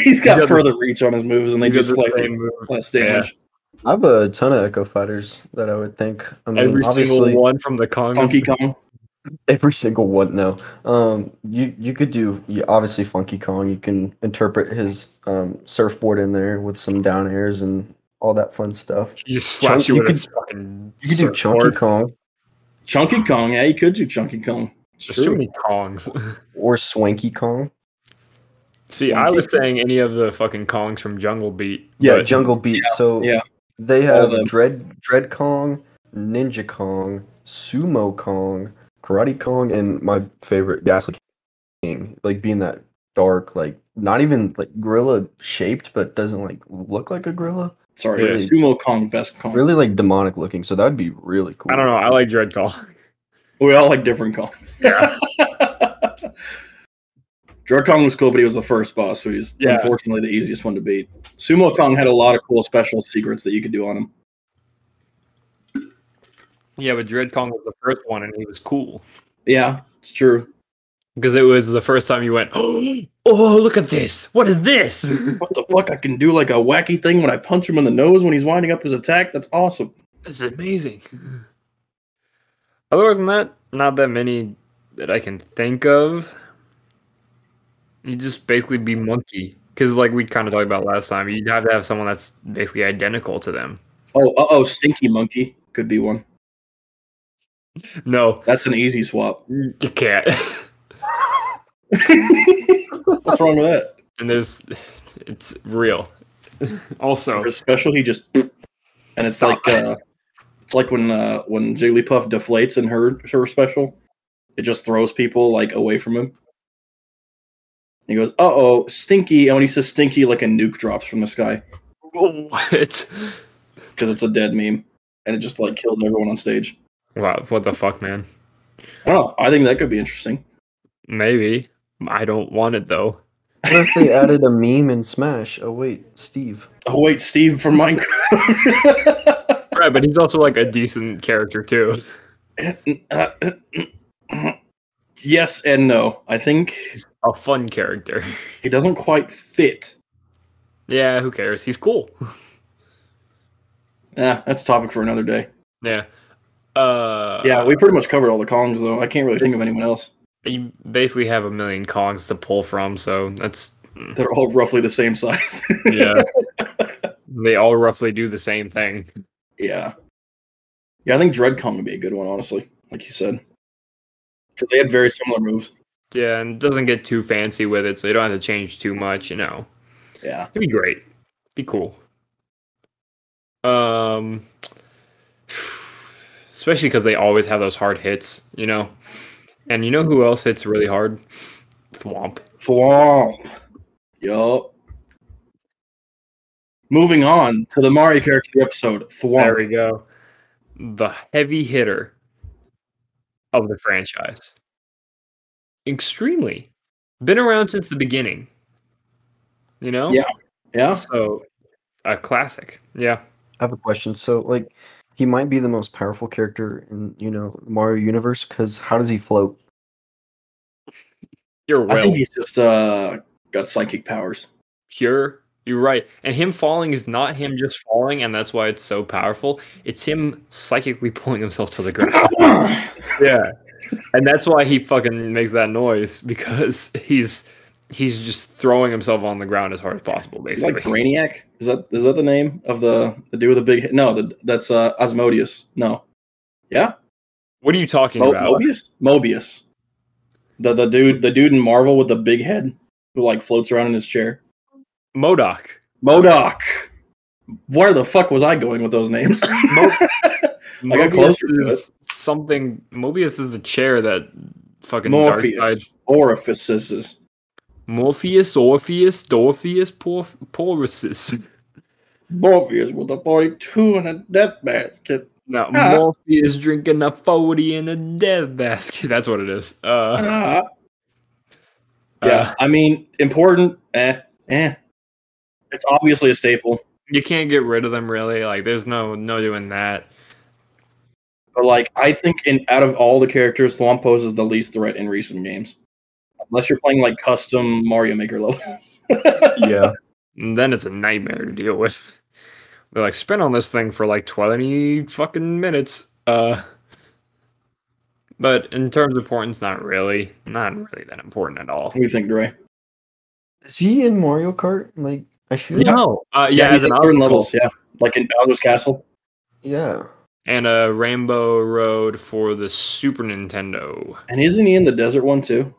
Speaker 2: He's got
Speaker 3: Yeah, the-
Speaker 2: further reach on his moves, and they do
Speaker 3: Because of the
Speaker 2: slightly
Speaker 3: same move.
Speaker 2: less damage.
Speaker 1: I have a ton of Echo Fighters that I would think. I mean,
Speaker 3: Every
Speaker 1: Mm,
Speaker 3: single
Speaker 1: obviously-
Speaker 3: one from the Kong.
Speaker 2: Funky Kong.
Speaker 1: Every single one, no. Um, you you could do you, obviously Funky Kong. You can interpret his um, surfboard in there with some down airs and all that fun stuff.
Speaker 3: He just
Speaker 1: Chunk-
Speaker 3: slaps you
Speaker 1: you
Speaker 3: with
Speaker 1: could-
Speaker 3: his fucking.
Speaker 1: You could do Chunky
Speaker 3: surfboard.
Speaker 1: Kong
Speaker 2: Chunky Kong. Yeah, you could do Chunky Kong. It's
Speaker 3: There's too
Speaker 2: true.
Speaker 3: many Kongs.
Speaker 1: or Swanky Kong.
Speaker 3: See, I was saying any of the fucking Kongs from Jungle Beat.
Speaker 1: Yeah,
Speaker 3: but
Speaker 1: Jungle Beat. so
Speaker 2: yeah.
Speaker 1: they
Speaker 2: All
Speaker 1: have
Speaker 2: them.
Speaker 1: Dread Dread Kong, Ninja Kong, Sumo Kong, Karate Kong, and my favorite Ghastly King. Like being that dark, like not even like gorilla shaped, but doesn't like look like a gorilla.
Speaker 2: Sorry,
Speaker 3: Really?
Speaker 2: Sumo Kong, best Kong.
Speaker 1: Really like demonic looking. So that'd be really cool.
Speaker 3: I don't know. I like Dread Kong.
Speaker 2: We all like different Kongs.
Speaker 3: Yeah.
Speaker 2: Drug Kong was cool, but he was the first boss, so he was
Speaker 3: Yeah.
Speaker 2: unfortunately the easiest one to beat. Sumo Kong had a lot of cool special secrets that you could do on him.
Speaker 3: Yeah, but Dread Kong was the first one, and he was cool
Speaker 2: Yeah, it's true.
Speaker 3: because it was the first time you went, "Oh, look at this! What is this?
Speaker 2: What the fuck? I can do like a wacky thing when I punch him in the nose when he's winding up his attack. That's awesome.
Speaker 3: this is amazing." Otherwise than that, not that many that I can think of. You'd just basically be monkey because, like we kind of talked about last time, you'd have to have someone that's basically identical to them.
Speaker 2: Oh, uh oh, Stinky Monkey could be one.
Speaker 3: No,
Speaker 2: That's an easy swap.
Speaker 3: you can't.
Speaker 2: What's wrong with that?
Speaker 3: and there's, it's real. Also,
Speaker 2: For his special, he just and it's
Speaker 3: Oh. Stop.
Speaker 2: like uh, it's like when uh, when Jigglypuff deflates in her her special, it just throws people like away from him. He goes, "Uh oh, stinky!" And when he says "stinky," like a nuke drops from the sky
Speaker 3: what?
Speaker 2: because it's a dead meme, and it just like kills everyone on stage.
Speaker 3: Wow, what the fuck, man?
Speaker 2: I don't know. I think that could be interesting.
Speaker 3: Maybe. I don't want it though.
Speaker 1: What if they added a meme in Smash? Oh wait, Steve.
Speaker 2: Oh wait, Steve from Minecraft.
Speaker 3: Right, but he's also like a decent character too.
Speaker 2: yes and no. I think
Speaker 3: He's a fun character.
Speaker 2: he doesn't quite fit
Speaker 3: Yeah, who cares? He's cool.
Speaker 2: Yeah, Ah, that's a topic for another day.
Speaker 3: Yeah. Uh
Speaker 2: yeah, we pretty much covered all the Kongs though. I can't really think of anyone else.
Speaker 3: you basically have a million Kongs to pull from, so that's
Speaker 2: They're all roughly the same size.
Speaker 3: yeah. they all roughly do the same thing.
Speaker 2: yeah. Yeah, I think Dread Kong would be a good one, honestly, like you said. Because they had very similar moves.
Speaker 3: Yeah, and it doesn't get too fancy with it, so you don't have to change too much, you know.
Speaker 2: Yeah.
Speaker 3: It'd be great. Be cool. Um, especially because they always have those hard hits, you know. And you know who else hits really hard? Thwomp.
Speaker 2: Thwomp. Yup. Moving on to the Mario character of the episode,
Speaker 3: There we
Speaker 2: Thwomp.
Speaker 3: go. The heavy hitter of the franchise. Extremely. Been around since the beginning. You know?
Speaker 2: Yeah. Yeah.
Speaker 3: So a classic. Yeah.
Speaker 1: I have a question. So like he might be the most powerful character in, you know, Mario universe because how does he float?
Speaker 3: You're
Speaker 2: I
Speaker 3: well.
Speaker 2: think he's just uh, got psychic powers.
Speaker 3: pure. You're right. And him falling is not him just falling, and that's why it's so powerful. It's him psychically pulling himself to the ground. yeah. And that's why he fucking makes that noise because he's he's just throwing himself on the ground as hard as possible,
Speaker 2: He's like
Speaker 3: basically.
Speaker 2: Brainiac. Is that is that the name of the the dude with the big? No, the, that's uh, Osmodius. No, yeah,
Speaker 3: what are you talking
Speaker 2: Mo-
Speaker 3: about?
Speaker 2: Mobius. Mobius. The the dude the dude in Marvel with the big head who like floats around in his chair.
Speaker 3: Modoc.
Speaker 2: Modoc. Where the fuck was I going with those names? I got closer to
Speaker 3: is something Mobius is the chair that fucking Darkseid
Speaker 2: Morpheus. Orifices.
Speaker 3: Morpheus, Orpheus, Dorpheus, Porf- Poruses.
Speaker 2: Morpheus with a forty-two and a death basket.
Speaker 3: No,
Speaker 2: Ah.
Speaker 3: Morpheus drinking a 40 in a death basket. That's what it is. Uh,
Speaker 2: Ah. Yeah, I mean, important. Eh, eh. It's obviously a staple.
Speaker 3: you can't get rid of them really. Like, there's no no doing that.
Speaker 2: But like, I think in out of all the characters, Thwomp poses the least threat in recent games. unless you're playing like custom Mario Maker levels.
Speaker 1: yeah.
Speaker 3: And then it's a nightmare to deal with. They're like, spin on this thing for like 20 fucking minutes. Uh, but in terms of importance, not really. Not really that important at all.
Speaker 2: what do you think, Dre?
Speaker 1: Is he in Mario Kart? Like I feel. Yeah.
Speaker 3: No. Uh, yeah,
Speaker 2: he's
Speaker 3: as an
Speaker 2: in certain
Speaker 3: obstacle.
Speaker 2: levels, yeah, like in Bowser's Castle.
Speaker 1: Yeah.
Speaker 3: And a Rainbow Road for the Super Nintendo.
Speaker 2: And isn't he in the desert one too?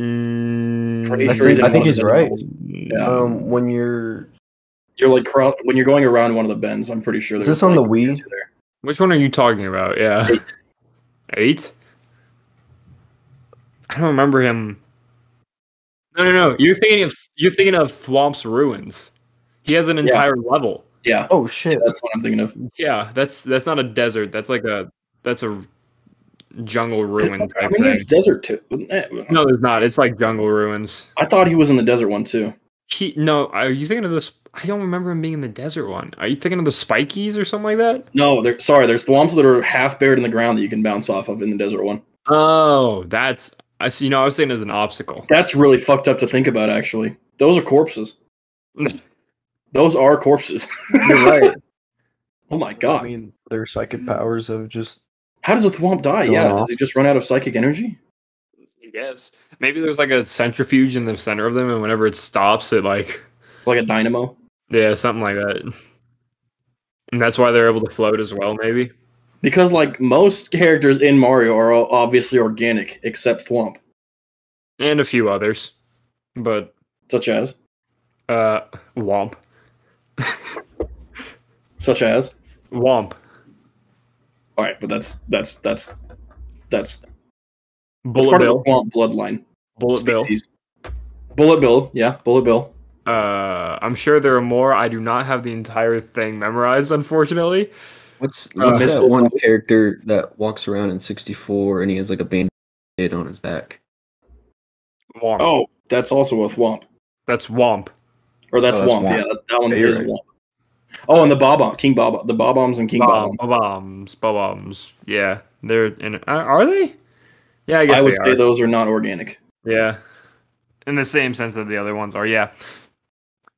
Speaker 3: Mm,
Speaker 2: Pretty
Speaker 1: I sure he's think- in I think one of he's the right. levels.
Speaker 3: Yeah.
Speaker 1: Um, when you're
Speaker 2: You're like cro- when you're going around one of the bends. I'm pretty sure.
Speaker 1: Is
Speaker 2: there's,
Speaker 1: this on
Speaker 2: like,
Speaker 1: the Wii?
Speaker 2: two there.
Speaker 3: Which one are you talking about? Yeah.
Speaker 2: Eight.
Speaker 3: Eight? I don't remember him. No, no, no. You're thinking of you're thinking of Thwomp's Ruins. He has an
Speaker 2: Yeah.
Speaker 3: entire level.
Speaker 2: Yeah,
Speaker 1: oh shit.
Speaker 2: that's what I'm thinking of.
Speaker 3: Yeah, that's that's not a desert. That's like a that's a jungle ruin
Speaker 2: I
Speaker 3: type
Speaker 2: mean,
Speaker 3: thing.
Speaker 2: there's desert too. Wasn't that-
Speaker 3: No, there's not. It's like jungle ruins.
Speaker 2: I thought he was in the desert one too.
Speaker 3: He, no, are you thinking of this? I don't remember him being in the desert one. Are you thinking of the spikies or something like that?
Speaker 2: No, there, sorry, there's lumps that are half buried in the ground that you can bounce off of in the desert one.
Speaker 3: Oh, that's I see. You know, I was thinking as an obstacle.
Speaker 2: That's really fucked up to think about, actually. Those are corpses. Those are corpses.
Speaker 1: You're right.
Speaker 2: oh my
Speaker 1: I
Speaker 2: god.
Speaker 1: mean, their psychic powers of just
Speaker 2: How does a thwomp die?
Speaker 1: Going
Speaker 2: Yeah,
Speaker 1: off.
Speaker 2: does he just run out of psychic energy?
Speaker 3: I guess maybe there's like a centrifuge in the center of them, and whenever it stops, it like
Speaker 2: Like a dynamo?
Speaker 3: yeah, something like that. And that's why they're able to float as well. Maybe
Speaker 2: Because, like, most characters in Mario are all obviously organic, except Thwomp,
Speaker 3: and a few others, but
Speaker 2: such as,
Speaker 3: uh, womp,
Speaker 2: such as.
Speaker 3: womp,
Speaker 2: All right, but that's that's that's that's, that's
Speaker 3: bullet
Speaker 2: part
Speaker 3: bill,
Speaker 2: of the Thwomp bloodline.
Speaker 3: bullet bill.
Speaker 2: species. Bullet Bill, yeah, Bullet Bill.
Speaker 3: Uh, I'm sure there are more. I do not have the entire thing memorized, unfortunately.
Speaker 1: what's,
Speaker 2: what's that
Speaker 1: that
Speaker 2: Mr.
Speaker 1: Uh, one
Speaker 2: one
Speaker 1: character that walks around in 64 and he has like a band-aid on his back?
Speaker 3: Womp.
Speaker 2: Oh, that's also a Thwomp.
Speaker 3: that's womp.
Speaker 2: Or that's
Speaker 1: Oh, that's
Speaker 2: Womp.
Speaker 1: Womp.
Speaker 2: Yeah, that, that one
Speaker 1: Yeah, you're
Speaker 2: is
Speaker 1: right.
Speaker 2: Womp. Oh, and the Bob King Bob, the Bob Bombs and King Bob.
Speaker 3: Bomb, bombs, bombs. Yeah, they're in. uh, Are they? Yeah, I guess
Speaker 2: I would
Speaker 3: they
Speaker 2: say
Speaker 3: are.
Speaker 2: those are not organic.
Speaker 3: Yeah. In the same sense that the other ones are, yeah.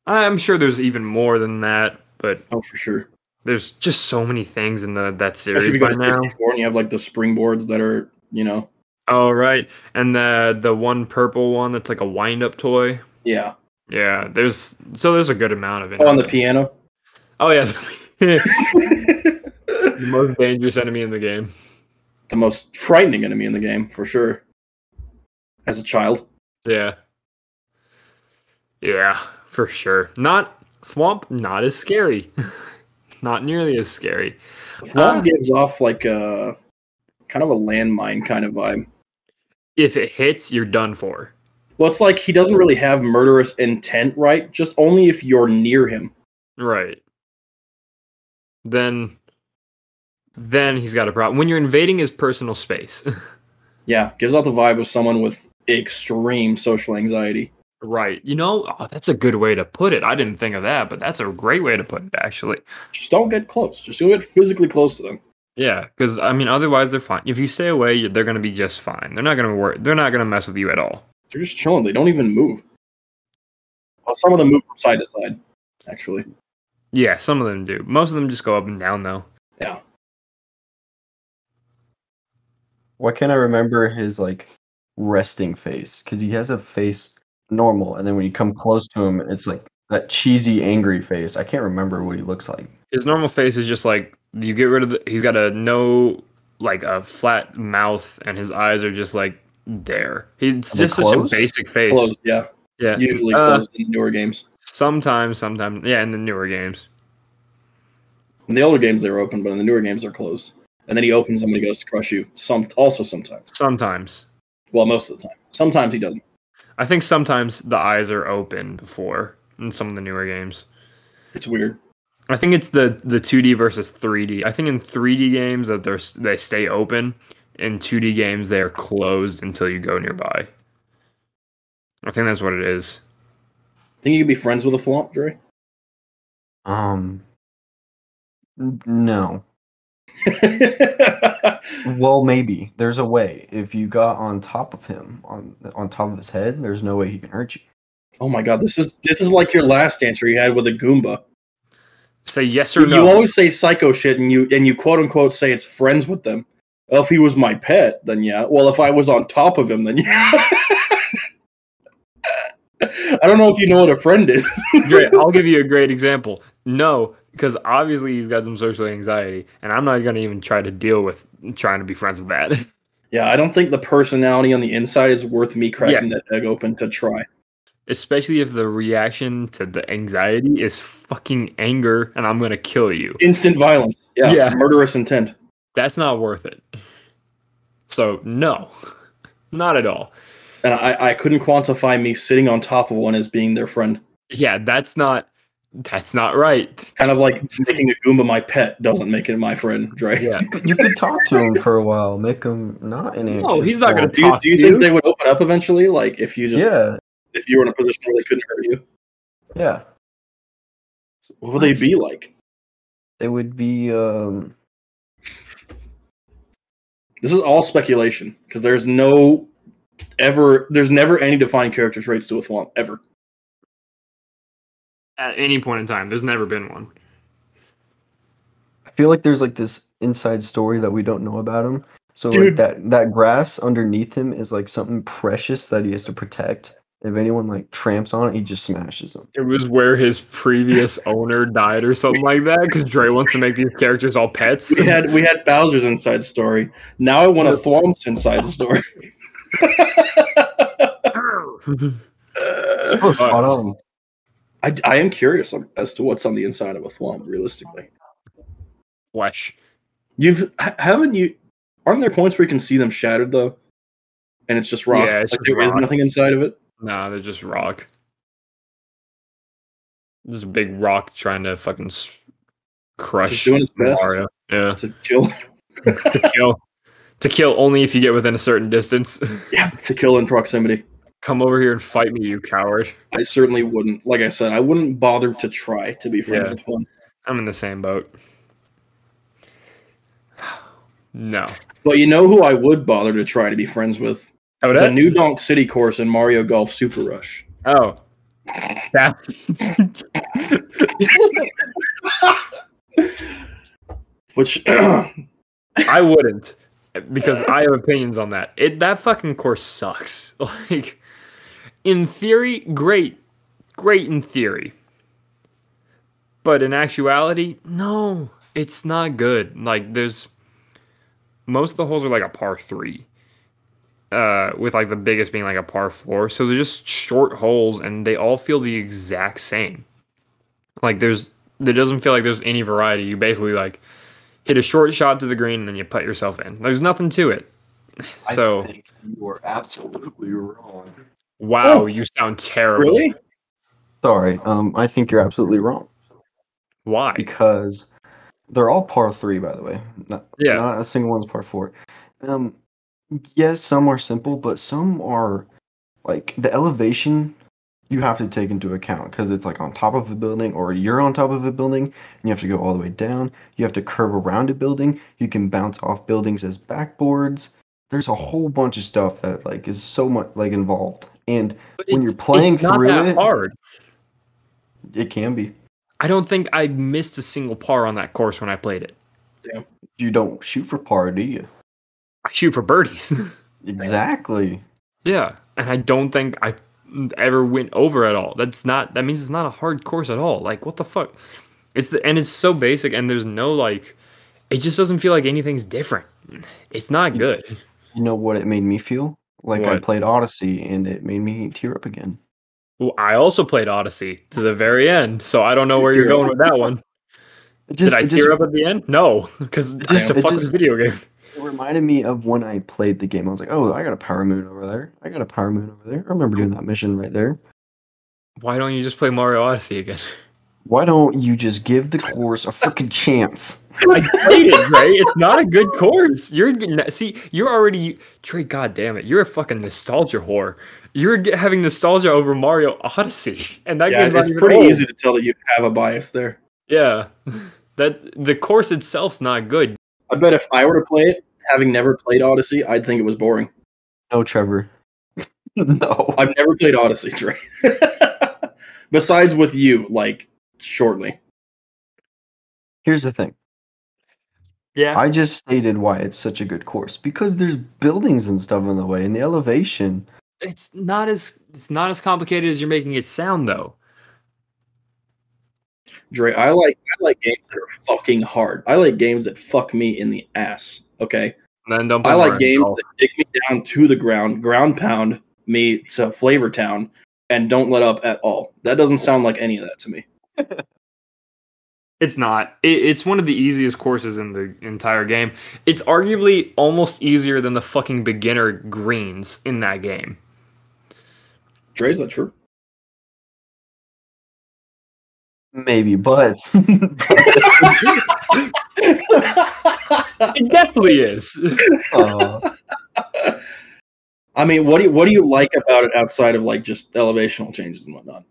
Speaker 3: I'm sure there's even more than that, but
Speaker 2: Oh, for sure.
Speaker 3: there's just so many things in the that
Speaker 2: Especially if
Speaker 3: series
Speaker 2: you go
Speaker 3: by
Speaker 2: to
Speaker 3: now.
Speaker 2: 64 and you have like the springboards that are, you know,
Speaker 3: Oh right. And the the one purple one that's like a wind up toy.
Speaker 2: yeah.
Speaker 3: Yeah, there's so there's a good amount of it.
Speaker 2: Oh, on the piano.
Speaker 3: Oh yeah. the
Speaker 2: the
Speaker 3: most dangerous enemy in the game.
Speaker 2: most frightening enemy in the game, for sure. As a child,
Speaker 3: Yeah. Yeah, for sure. Not Thwomp, not as scary. not nearly as scary.
Speaker 2: Thwomp
Speaker 3: Ah.
Speaker 2: gives off like a kind of a landmine kind of vibe.
Speaker 3: If it hits, you're done for.
Speaker 2: Well, it's like he doesn't really have murderous intent, right? Just only if you're near him.
Speaker 3: Right. Then then he's got a problem. When you're invading his personal space.
Speaker 2: Yeah, gives off the vibe of someone with extreme social anxiety.
Speaker 3: right. You know, oh, that's a good way to put it. I didn't think of that, but that's a great way to put it actually.
Speaker 2: Just don't get close. Just don't get physically close to them.
Speaker 3: Yeah, cuz I mean otherwise they're fine. If you stay away, you- they're going to be just fine. They're not going to work. They're not going to mess with you at all.
Speaker 2: They're just chilling. They don't even move. Well, some of them move from side to side, actually.
Speaker 3: Yeah, some of them do. Most of them just go up and down though.
Speaker 2: Yeah.
Speaker 1: Why can't I remember his like resting face? Because he has a face normal, and then when you come close to him, it's like that cheesy angry face. I can't remember what he looks like.
Speaker 3: His normal face is just like you get rid of the he's got a no like a flat mouth and his eyes are just like there.
Speaker 1: Are
Speaker 3: He's
Speaker 1: they
Speaker 3: just such a
Speaker 1: closed?
Speaker 3: basic face.
Speaker 2: Closed, yeah.
Speaker 3: Yeah.
Speaker 2: Usually
Speaker 3: Uh,
Speaker 2: closed in the newer games.
Speaker 3: Sometimes, sometimes, yeah, in the newer games.
Speaker 2: In the older games, they were open, but in the newer games, they're closed. And then he opens them and he goes to crush you. Some also sometimes.
Speaker 3: Sometimes.
Speaker 2: Well, most of the time. Sometimes he doesn't.
Speaker 3: I think sometimes the eyes are open before in some of the newer games.
Speaker 2: It's weird.
Speaker 3: I think it's the the 2D versus 3D. I think in 3D games that they're they stay open, in 2D games they are closed until you go nearby. I think that's what it is.
Speaker 2: Think you could be friends with a flomp, Dre?
Speaker 1: Um, n- no, Well, maybe there's a way. If you got on top of him, on on top of his head, there's no way he can hurt you.
Speaker 2: oh my god, this is this is like your last answer you had with a Goomba.
Speaker 3: Say yes or
Speaker 2: you,
Speaker 3: no.
Speaker 2: you always say psycho shit and you and you quote unquote say it's friends with them. Well, if he was my pet, then yeah. Well, if I was on top of him, then yeah. I don't know if you know what a friend is.
Speaker 3: Great, I'll give you a great example. No, because obviously he's got some social anxiety, and I'm not going to even try to deal with trying to be friends with that.
Speaker 2: yeah, I don't think the personality on the inside is worth me cracking that egg open to try.
Speaker 3: Especially if the reaction to the anxiety is fucking anger, and I'm going to kill you.
Speaker 2: Instant violence. Yeah.
Speaker 3: Yeah.
Speaker 2: Murderous intent.
Speaker 3: That's not worth it. So, no, not at all.
Speaker 2: And I, I couldn't quantify me sitting on top of one as being their friend.
Speaker 3: Yeah, that's not. That's not right.
Speaker 2: Kind of like making a Goomba my pet doesn't make it my friend, Dre.
Speaker 3: Yeah.
Speaker 1: You could talk to him for a while, make him not an anxious.
Speaker 3: No, he's not
Speaker 1: form.
Speaker 3: going to
Speaker 2: Do you,
Speaker 3: talk
Speaker 2: do you think they would open up eventually? Like if you just
Speaker 1: Yeah,
Speaker 2: if you were in a position where they couldn't hurt you,
Speaker 1: yeah.
Speaker 2: what would they be like?
Speaker 1: It would be. um
Speaker 2: This is all speculation because there's no ever there's never any defined character traits to a Thwomp ever.
Speaker 3: at any point in time. There's never been one.
Speaker 1: I feel like there's like this inside story that we don't know about him. So like
Speaker 2: Dude.
Speaker 1: that that grass underneath him is like something precious that he has to protect. If anyone like tramps on it, he just smashes them.
Speaker 3: It was where his previous owner died or something like that. Because Dre wants to make these characters all pets.
Speaker 2: We had we had Bowser's inside story. Now I want a Thwomp's inside story.
Speaker 3: Uh.
Speaker 1: Oh, spot on.
Speaker 2: I, I am curious as to what's on the inside of a Thwomp realistically.
Speaker 3: Flesh.
Speaker 2: You've h- haven't you? Aren't there points where you can see them shattered though, and it's just rock?
Speaker 3: Yeah, it's
Speaker 2: like
Speaker 3: just
Speaker 2: there is
Speaker 3: rock.
Speaker 2: nothing inside of it.
Speaker 3: Nah, they're just rock. There's a big rock trying to fucking s- crush
Speaker 2: Just doing its best.
Speaker 3: Mario. Yeah,
Speaker 2: It's a kill.
Speaker 3: to kill, to kill only if you get within a certain distance.
Speaker 2: yeah, to kill in proximity.
Speaker 3: Come over here and fight me, you coward.
Speaker 2: I certainly wouldn't. Like I said, I wouldn't bother to try to be friends
Speaker 3: Yeah.
Speaker 2: with one.
Speaker 3: I'm in the same boat. No,
Speaker 2: But you know who I would bother to try to be friends with?
Speaker 3: how
Speaker 2: The New Donk City course in Mario Golf Super Rush.
Speaker 3: Oh. That,
Speaker 2: Which I
Speaker 3: I wouldn't because I have opinions on that. It that fucking course sucks. Like in theory, great. Great in theory. But in actuality, no, it's not good. Like there's most of the holes are like a par 3. Uh, with like the biggest being like a par 4. So they're just short holes and they all feel the exact same. Like there's there doesn't feel like there's any variety. You basically like hit a short shot to the green, and then you put yourself in. There's nothing to it. So,
Speaker 1: think you are absolutely wrong.
Speaker 3: wow,
Speaker 2: Oh.
Speaker 3: you sound terrible.
Speaker 2: really
Speaker 1: Sorry, um, I think you're absolutely wrong
Speaker 3: Why?
Speaker 1: because they're all par three, by the way. Not,
Speaker 3: Yeah.
Speaker 1: not a single one's par four. Um, yes, some are simple, but some are like the elevation you have to take into account because it's like on top of a building or you're on top of a building and you have to go all the way down. You have to curve around a building. You can bounce off buildings as backboards. There's a whole bunch of stuff that like is so much like involved and
Speaker 3: But
Speaker 1: when
Speaker 3: it's-
Speaker 1: you're playing
Speaker 3: it's not
Speaker 1: through
Speaker 3: that
Speaker 1: it-
Speaker 3: hard.
Speaker 1: it can be.
Speaker 3: I don't think I missed a single par on that course when I played it.
Speaker 1: You don't shoot for par, do you?
Speaker 3: I shoot for birdies.
Speaker 1: Exactly.
Speaker 3: yeah, and I don't think I ever went over at all. That's not. That means it's not a hard course at all. Like what the fuck? It's the and it's so basic, and there's no like. It just doesn't feel like anything's different. It's
Speaker 1: Mm.
Speaker 3: not good.
Speaker 1: You know what it made me feel? Like I
Speaker 3: What?
Speaker 1: played Odyssey and it made me tear up again.
Speaker 3: Well, I also played Odyssey to the very end, so I don't know where you're
Speaker 2: Tear up.
Speaker 3: going with that one.
Speaker 1: It just,
Speaker 3: Did I
Speaker 1: it
Speaker 3: tear
Speaker 1: just-
Speaker 3: up at the end? No, because
Speaker 1: It
Speaker 3: it's
Speaker 1: just-
Speaker 3: a
Speaker 1: it
Speaker 3: fucking
Speaker 1: just-
Speaker 3: video game.
Speaker 1: It reminded me of when I played the game. I was like, oh, I got a power moon over there. I got a power moon over there. I remember doing that mission right there.
Speaker 3: Why don't you just play Mario Odyssey again?
Speaker 1: Why don't you just give the course a freaking chance?
Speaker 3: I played it, Dre. It's not a good course. You're n- see, you're already Dre. God damn it, you're a fucking nostalgia whore. You're g- having nostalgia over Mario Odyssey, and that
Speaker 2: yeah,
Speaker 3: game's not
Speaker 2: it's
Speaker 3: even
Speaker 2: pretty
Speaker 3: old.
Speaker 2: easy to tell that you have a bias there.
Speaker 3: Yeah, that the course itself's not good.
Speaker 2: I bet if I were to play it, having never played Odyssey, I'd think it was boring.
Speaker 1: No, Trevor. no.
Speaker 2: I've never played Odyssey, Trey. Besides with you, like shortly.
Speaker 1: Here's the thing.
Speaker 3: Yeah.
Speaker 1: I just stated why it's such a good course because there's buildings and stuff in the way and the elevation.
Speaker 3: it's not as it's not as complicated as you're making it sound though.
Speaker 2: Dre, I like I like games that are fucking hard. I like games that fuck me in the ass. Okay.
Speaker 3: And then don't play
Speaker 2: I like
Speaker 3: Mario
Speaker 2: games
Speaker 3: Golf.
Speaker 2: that dig me down to the ground, ground pound me to Flavor Town, and don't let up at all. That doesn't sound like any of that to me.
Speaker 3: It's not. It, it's one of the easiest courses in the entire game. It's arguably almost easier than the fucking beginner greens in that game.
Speaker 2: Dre, is that true?
Speaker 1: Maybe, but
Speaker 3: It definitely is.
Speaker 1: uh,
Speaker 2: I mean, what do you, what do you like about it outside of like just elevational changes and whatnot?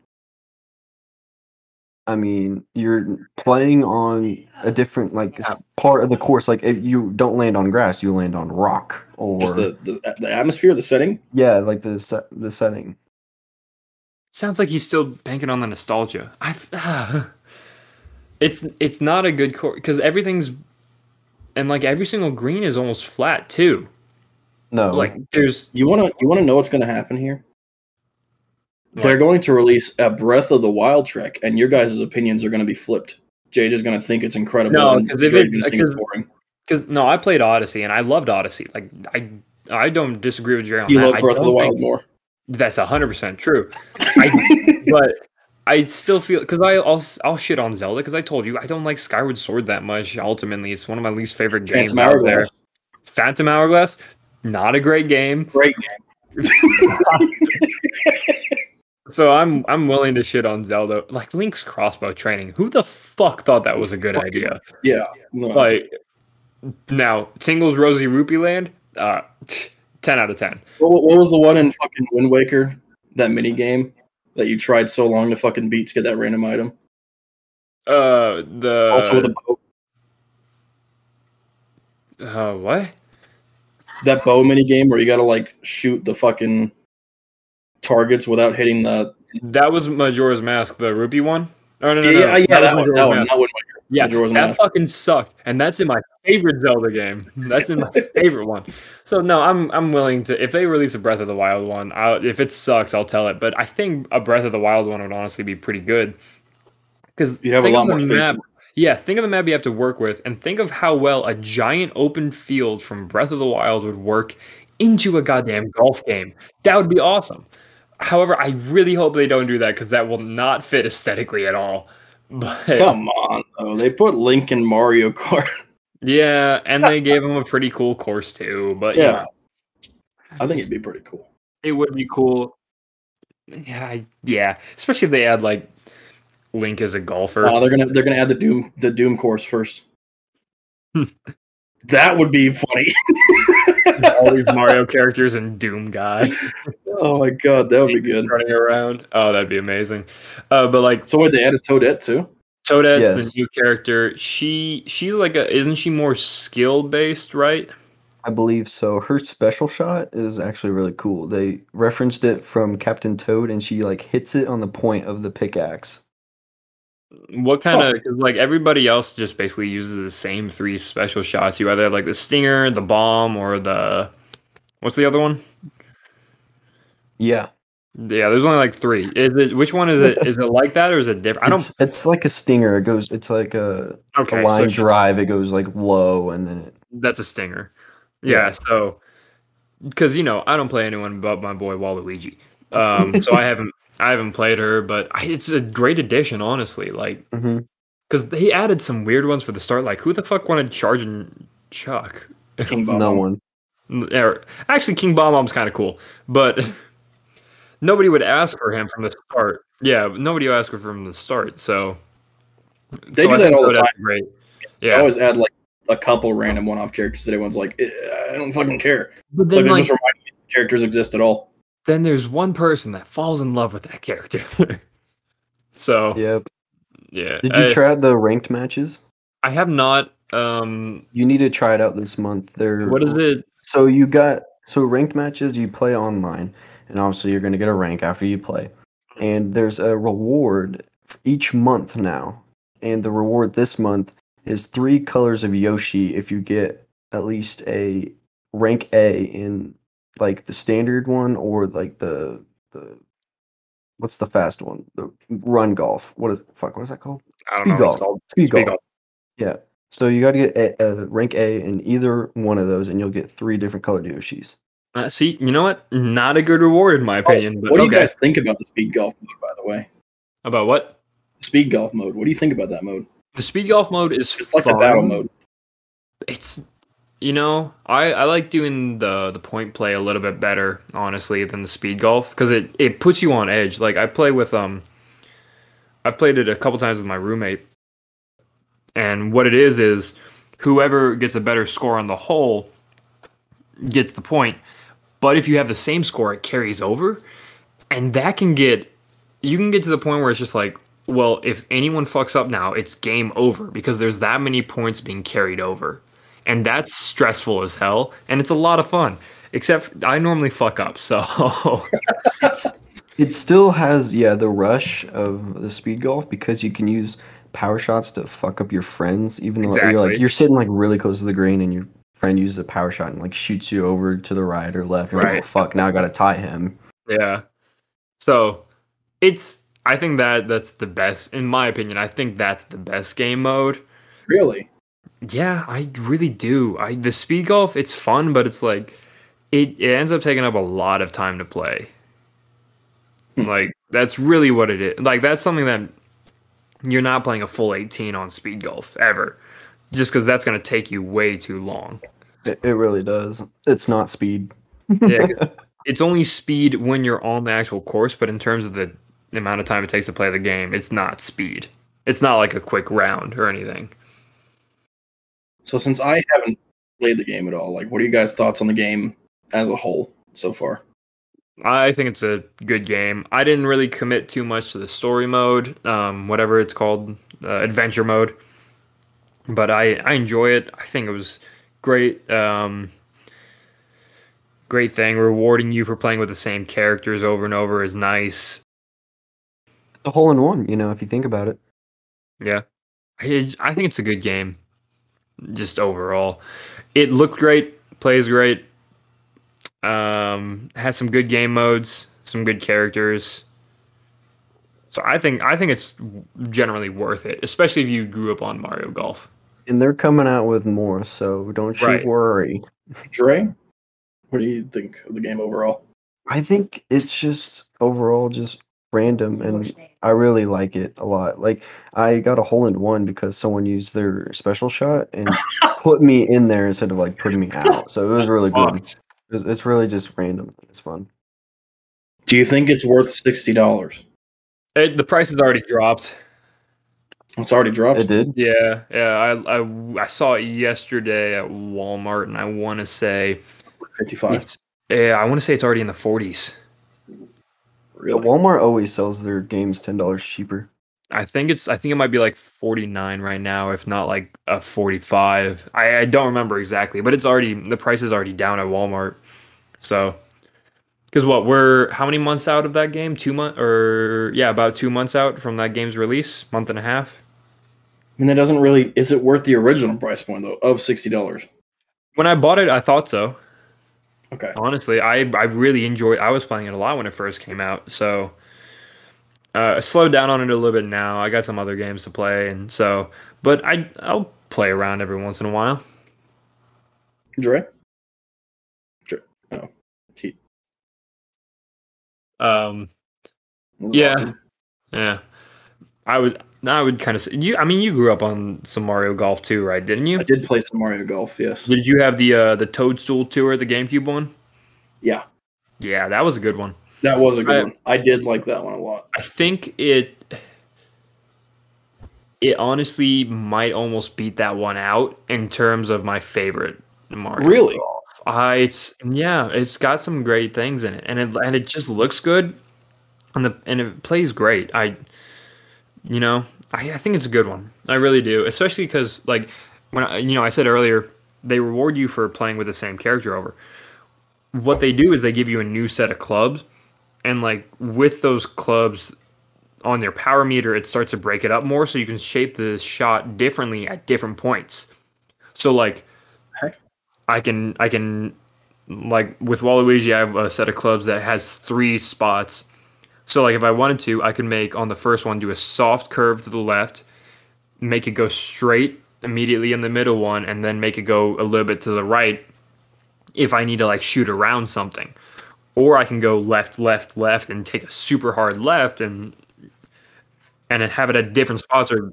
Speaker 1: I mean, you're playing on a different like s- part of the course. Like if you don't land on grass, you land on rock or
Speaker 2: Just the, the the atmosphere, the setting.
Speaker 1: yeah, like the se- the setting.
Speaker 3: Sounds like he's still banking on the nostalgia. I. Uh, it's it's not a good course because everything's, and like every single green is almost flat too.
Speaker 2: Oh.
Speaker 1: No,
Speaker 3: Like there's
Speaker 2: You wanna you wanna know what's gonna happen here?
Speaker 3: What?
Speaker 2: They're going to release a Breath of the Wild trek, and your guys' opinions are gonna be flipped. Jade is gonna think it's incredible.
Speaker 3: No,
Speaker 2: and
Speaker 3: 'cause if
Speaker 2: Dre's
Speaker 3: it-
Speaker 2: gonna think it's
Speaker 3: 'cause-
Speaker 2: boring.
Speaker 3: because no, I played Odyssey and I loved Odyssey. Like I I don't disagree with Jerry on
Speaker 2: You
Speaker 3: that.
Speaker 2: love
Speaker 3: I
Speaker 2: Breath of the
Speaker 3: don't think-
Speaker 2: Wild more.
Speaker 3: That's hundred percent true. I, but I still feel because I I'll, s- I'll shit on Zelda because I told you I don't like Skyward Sword that much. Ultimately, it's one of my least favorite games
Speaker 2: Phantom
Speaker 3: out there.
Speaker 2: Hourglass,
Speaker 3: Phantom Hourglass, not a great game.
Speaker 2: great
Speaker 3: So I'm I'm willing to shit on Zelda. Like Link's crossbow training. Who the fuck thought that was a good idea?
Speaker 2: Yeah. No.
Speaker 3: Like now Tingle's Rosie Rupee Land. Uh, ten out of ten.
Speaker 2: what, what was the one in fucking Wind Waker? That mini game that you tried so long to fucking beat to get that random item.
Speaker 3: Uh, the
Speaker 2: also with a bow.
Speaker 3: uh, what?
Speaker 2: that bow mini game where you gotta like shoot the fucking targets without hitting the
Speaker 3: That was Majora's Mask, the Rupee one. Oh, no, no, no,
Speaker 2: yeah, yeah, yeah, that
Speaker 3: was
Speaker 2: one,
Speaker 3: Majora's
Speaker 2: that one,
Speaker 3: Mask.
Speaker 2: that one.
Speaker 3: Yeah,
Speaker 2: Majora's
Speaker 3: that
Speaker 2: Mask.
Speaker 3: fucking sucked, and that's in my favorite Zelda game. That's in my favorite one. So no, I'm I'm willing to if they release a Breath of the Wild one. I, if it sucks, I'll tell it. But I think a Breath of the Wild one would honestly be pretty good because
Speaker 2: You'd have a lot more space to
Speaker 3: map. Yeah, think of the map you have to work with, and think of how well a giant open field from Breath of the Wild would work into a goddamn golf game. That would be awesome. However, I really hope they don't do that because that will not fit aesthetically at all. But
Speaker 2: Come on, though. They put Link in Mario Kart.
Speaker 3: Yeah, and they gave him a pretty cool course too. But yeah,
Speaker 2: Yeah. I think it'd be pretty cool.
Speaker 3: it would be cool. Yeah, I, yeah, especially if they add like Link as a golfer.
Speaker 2: Oh, they're gonna they're gonna add the Doom the Doom course first.
Speaker 3: Hmm.
Speaker 2: that would be funny.
Speaker 3: All these Mario characters and Doom guy
Speaker 2: oh my god, that would be good.
Speaker 3: running around. Oh, that'd be amazing. Uh, but like
Speaker 2: So would they add a Toadette too?
Speaker 3: Toadette's
Speaker 1: Yes.
Speaker 3: the new character. She she's like a isn't she more skill based, right?
Speaker 1: I believe so. Her special shot is actually really cool. They referenced it from Captain Toad, and she like hits it on the point of the pickaxe.
Speaker 3: What kind of because like everybody else just basically uses the same three special shots. You either have like the stinger, the bomb, or the what's the other one?
Speaker 1: Yeah,
Speaker 3: Yeah, there's only like three. Is it which one is it? Is it like that or is it different? I don't.
Speaker 1: It's, it's like a stinger. It goes. It's like a, a
Speaker 3: Okay, so
Speaker 1: line
Speaker 3: sh-
Speaker 1: drive. It goes like low, and then it,
Speaker 3: that's a stinger.
Speaker 1: Yeah.
Speaker 3: Yeah. So, because you know I don't play anyone but my boy Waluigi. Um, so I haven't I haven't played her, but I, it's a great addition, honestly. Like
Speaker 1: Mhm.
Speaker 3: because they added some weird ones for the start. Like who the fuck wanted Charging Chuck?
Speaker 2: King
Speaker 1: no
Speaker 2: Bob.
Speaker 1: one.
Speaker 3: Or, actually, King Bomb Bomb's kind of cool, but nobody would ask for him from the start. Yeah, nobody would ask for from the start. So
Speaker 2: They
Speaker 3: so
Speaker 2: do
Speaker 3: I
Speaker 2: that
Speaker 3: think
Speaker 2: all the
Speaker 3: would
Speaker 2: time.
Speaker 3: be Great.
Speaker 2: I
Speaker 3: Yeah,
Speaker 2: always add like a couple random one off characters that everyone's like, "Eh, I don't fucking care.
Speaker 3: but
Speaker 2: So
Speaker 3: then
Speaker 2: they
Speaker 3: like
Speaker 2: just remind me that characters exist at all.
Speaker 3: then there's one person that falls in love with that character. so yeah,
Speaker 1: Yep. Did you
Speaker 3: I,
Speaker 1: try out the ranked matches?
Speaker 3: I have not. Um,
Speaker 1: You need to try it out this month. They're
Speaker 3: what is it?
Speaker 1: So you got so ranked matches you play online, and obviously you're going to get a rank after you play. And there's a reward f- each month now, and the reward this month is three colors of Yoshi if you get at least a rank A in like the standard one or like the the what's the fast one the run golf what is fuck what is that called
Speaker 3: I don't
Speaker 1: Speed
Speaker 3: know. what
Speaker 1: golf.
Speaker 3: It's called
Speaker 1: speed,
Speaker 3: Speed
Speaker 1: golf.
Speaker 3: golf.
Speaker 1: Yeah. So you got to get a, a rank A in either one of those, and you'll get three different colored Yoshis.
Speaker 3: Uh, see, you know what? Not a good reward in my opinion. but
Speaker 2: Oh, What do you
Speaker 3: okay.
Speaker 2: guys think about the speed golf mode? By the way,
Speaker 3: about what?
Speaker 2: speed golf mode. What do you think about that mode?
Speaker 3: The speed golf mode is
Speaker 2: It's like the battle
Speaker 3: fun.
Speaker 2: mode.
Speaker 3: It's you know, I, I like doing the the point play a little bit better, honestly, than the speed golf because it, it puts you on edge. Like I play with um I've played it a couple times with my roommate. And what it is is whoever gets a better score on the hole gets the point. But if you have the same score, it carries over. And that can get you can get to the point where it's just like, well, if anyone fucks up now, it's game over because there's that many points being carried over. And that's stressful as hell. And it's a lot of fun. Except I normally fuck up, so
Speaker 1: It still has yeah the rush of the speed golf because you can use power shots to fuck up your friends. Even though you're
Speaker 3: Exactly.
Speaker 1: like you're sitting like really close to the green, and your friend uses a power shot and like shoots you over to the right or left. You're like,
Speaker 3: Right.
Speaker 1: oh fuck, now I got to tie him.
Speaker 3: Yeah. So it's I think that that's the best in my opinion. I think that's the best game mode.
Speaker 2: Really?
Speaker 3: Yeah, I really do. I the speed golf, it's fun, but it's like it, it ends up taking up a lot of time to play.
Speaker 2: Hmm.
Speaker 3: Like that's really what it is. Like that's something that you're not playing a full 18 on speed golf ever. Just cuz that's going to take you way too long.
Speaker 1: It, it really does. It's not speed.
Speaker 3: yeah, 'cause it's only speed when you're on the actual course, but in terms of the amount of time it takes to play the game, it's not speed. It's not like a quick round or anything.
Speaker 2: So since I haven't played the game at all, like, what are you guys' thoughts on the game as a whole so far?
Speaker 3: I think it's a good game. I didn't really commit too much to the story mode, um, whatever it's called, uh, adventure mode. But I, I enjoy it. I think it was great. Um, great thing. Rewarding you for playing with the same characters over and over is nice.
Speaker 1: The hole in one, you know, if you think about it.
Speaker 3: Yeah. I, I think it's a good game. Just overall. It looked great, plays great. Um has some good game modes, some good characters. So I think I think it's generally worth it, especially if you grew up on Mario Golf.
Speaker 1: And they're coming out with more, so don't you
Speaker 3: Right.
Speaker 1: worry.
Speaker 2: Dre, what do you think of the game overall?
Speaker 1: I think it's just overall just random and I really like it a lot. Like I got a hole in one because someone used their special shot and put me in there instead of like putting me out. So it was really
Speaker 3: Um,
Speaker 1: good. It's, it's really just random. It's fun.
Speaker 2: Do you think it's worth sixty dollars?
Speaker 3: It, the price has already dropped.
Speaker 2: It's already dropped.
Speaker 1: It did.
Speaker 3: Yeah, yeah. I, I, I saw it yesterday at Walmart, and I want to say
Speaker 2: Fifty-five.
Speaker 3: it's yeah, I want to say it's already in the 40s.
Speaker 1: Yeah,
Speaker 2: Really?
Speaker 1: Walmart always sells their games ten dollars cheaper.
Speaker 3: I think it's I think it might be like 49 right now, if not like a 45. I, I don't remember exactly, but it's already the price is already down at Walmart. So because what we're how many months out of that game? Two month or yeah, about two months out from that game's release, month and a half.
Speaker 2: I mean, that doesn't really. Is it worth the original price point though of sixty dollars?
Speaker 3: When I bought it, I thought so.
Speaker 2: Okay.
Speaker 3: Honestly, I I really enjoyed. I was playing it a lot when it first came out, so uh, I slowed down on it a little bit now. I got some other games to play, and so but I I'll play around every once in a while.
Speaker 2: Dre. Dre. Oh, T.
Speaker 3: Um, Yeah. Yeah, I would. I would kind of say you. I mean, you grew up on some Mario Golf too, right? Didn't you?
Speaker 2: I did play some Mario Golf. Yes.
Speaker 3: Did you have the uh, the Toadstool tour, the GameCube one?
Speaker 2: Yeah,
Speaker 3: Yeah, that was a good one.
Speaker 2: that was a good
Speaker 3: I-
Speaker 2: one. I did like that one a lot.
Speaker 3: I think it. It honestly might almost beat that one out in terms of my favorite Mario.
Speaker 2: Really?
Speaker 3: I Uh, it's yeah, it's got some great things in it, and it and it just looks good, and the and it plays great. I, you know, I, I think it's a good one. I really do, especially because like when I, you know I said earlier they reward you for playing with the same character over. What they do is they give you a new set of clubs, and like with those clubs on their power meter, it starts to break it up more, so you can shape the shot differently at different points. So like,
Speaker 2: Heck.
Speaker 3: I can I can like with Waluigi, I have a set of clubs that has three spots. So like if I wanted to, I could make on the first one do a soft curve to the left, make it go straight immediately in the middle one, and then make it go a little bit to the right if I need to like shoot around something. Or I can go left, left, left and take a super hard left and and have it at different spots or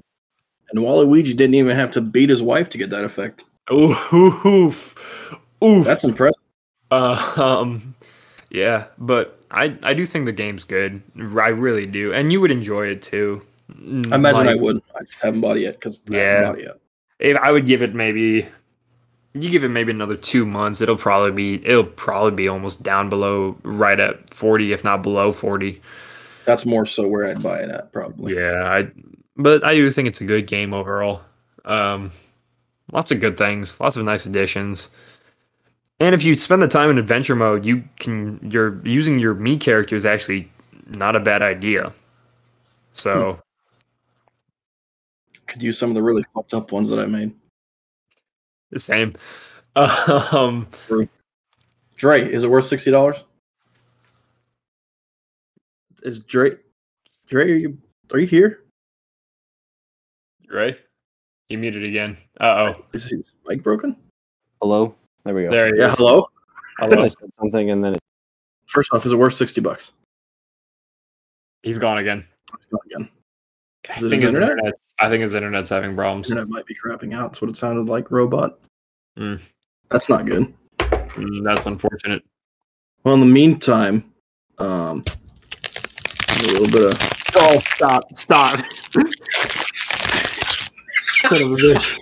Speaker 2: And Waluigi didn't even have to beat his wife to get that effect.
Speaker 3: oof oof. oof.
Speaker 2: That's impressive.
Speaker 3: Uh, um, yeah, but I I do think the game's good. I really do, and you would enjoy it too.
Speaker 2: I imagine I would. I just haven't bought it yet because I haven't
Speaker 3: Yeah.
Speaker 2: bought it yet.
Speaker 3: If I would give it maybe, you give it maybe another two months. It'll probably be it'll probably be almost down below, right at forty, if not below forty.
Speaker 2: That's more so where I'd buy it at probably.
Speaker 3: Yeah, I. But I do think it's a good game overall. Um, lots of good things, lots of nice additions. And if you spend the time in adventure mode, you can you're using your me character is actually not a bad idea. So
Speaker 2: Could use some of the really fucked up ones that I made.
Speaker 3: the same. Um,
Speaker 2: Dre, is it worth sixty dollars? Is Dre? Dre, are you are you here?
Speaker 3: right? He muted again. Uh oh.
Speaker 2: Is his mic broken?
Speaker 1: Hello. There we go.
Speaker 3: There he
Speaker 2: Yeah.
Speaker 3: is.
Speaker 2: Hello.
Speaker 1: I
Speaker 3: Hello.
Speaker 1: said something and then it,
Speaker 2: First off, is it worth sixty bucks?
Speaker 3: He's gone again.
Speaker 2: Not again.
Speaker 3: I
Speaker 2: Is it his
Speaker 3: think his
Speaker 2: internet?
Speaker 3: internet. I think his internet's having problems.
Speaker 2: Internet might be crapping out. That's what it sounded like. Robot.
Speaker 3: Mm.
Speaker 2: That's not good.
Speaker 3: Mm, That's unfortunate.
Speaker 2: Well, in the meantime, um, a little bit of
Speaker 3: Oh, stop! Stop! Son of a bitch.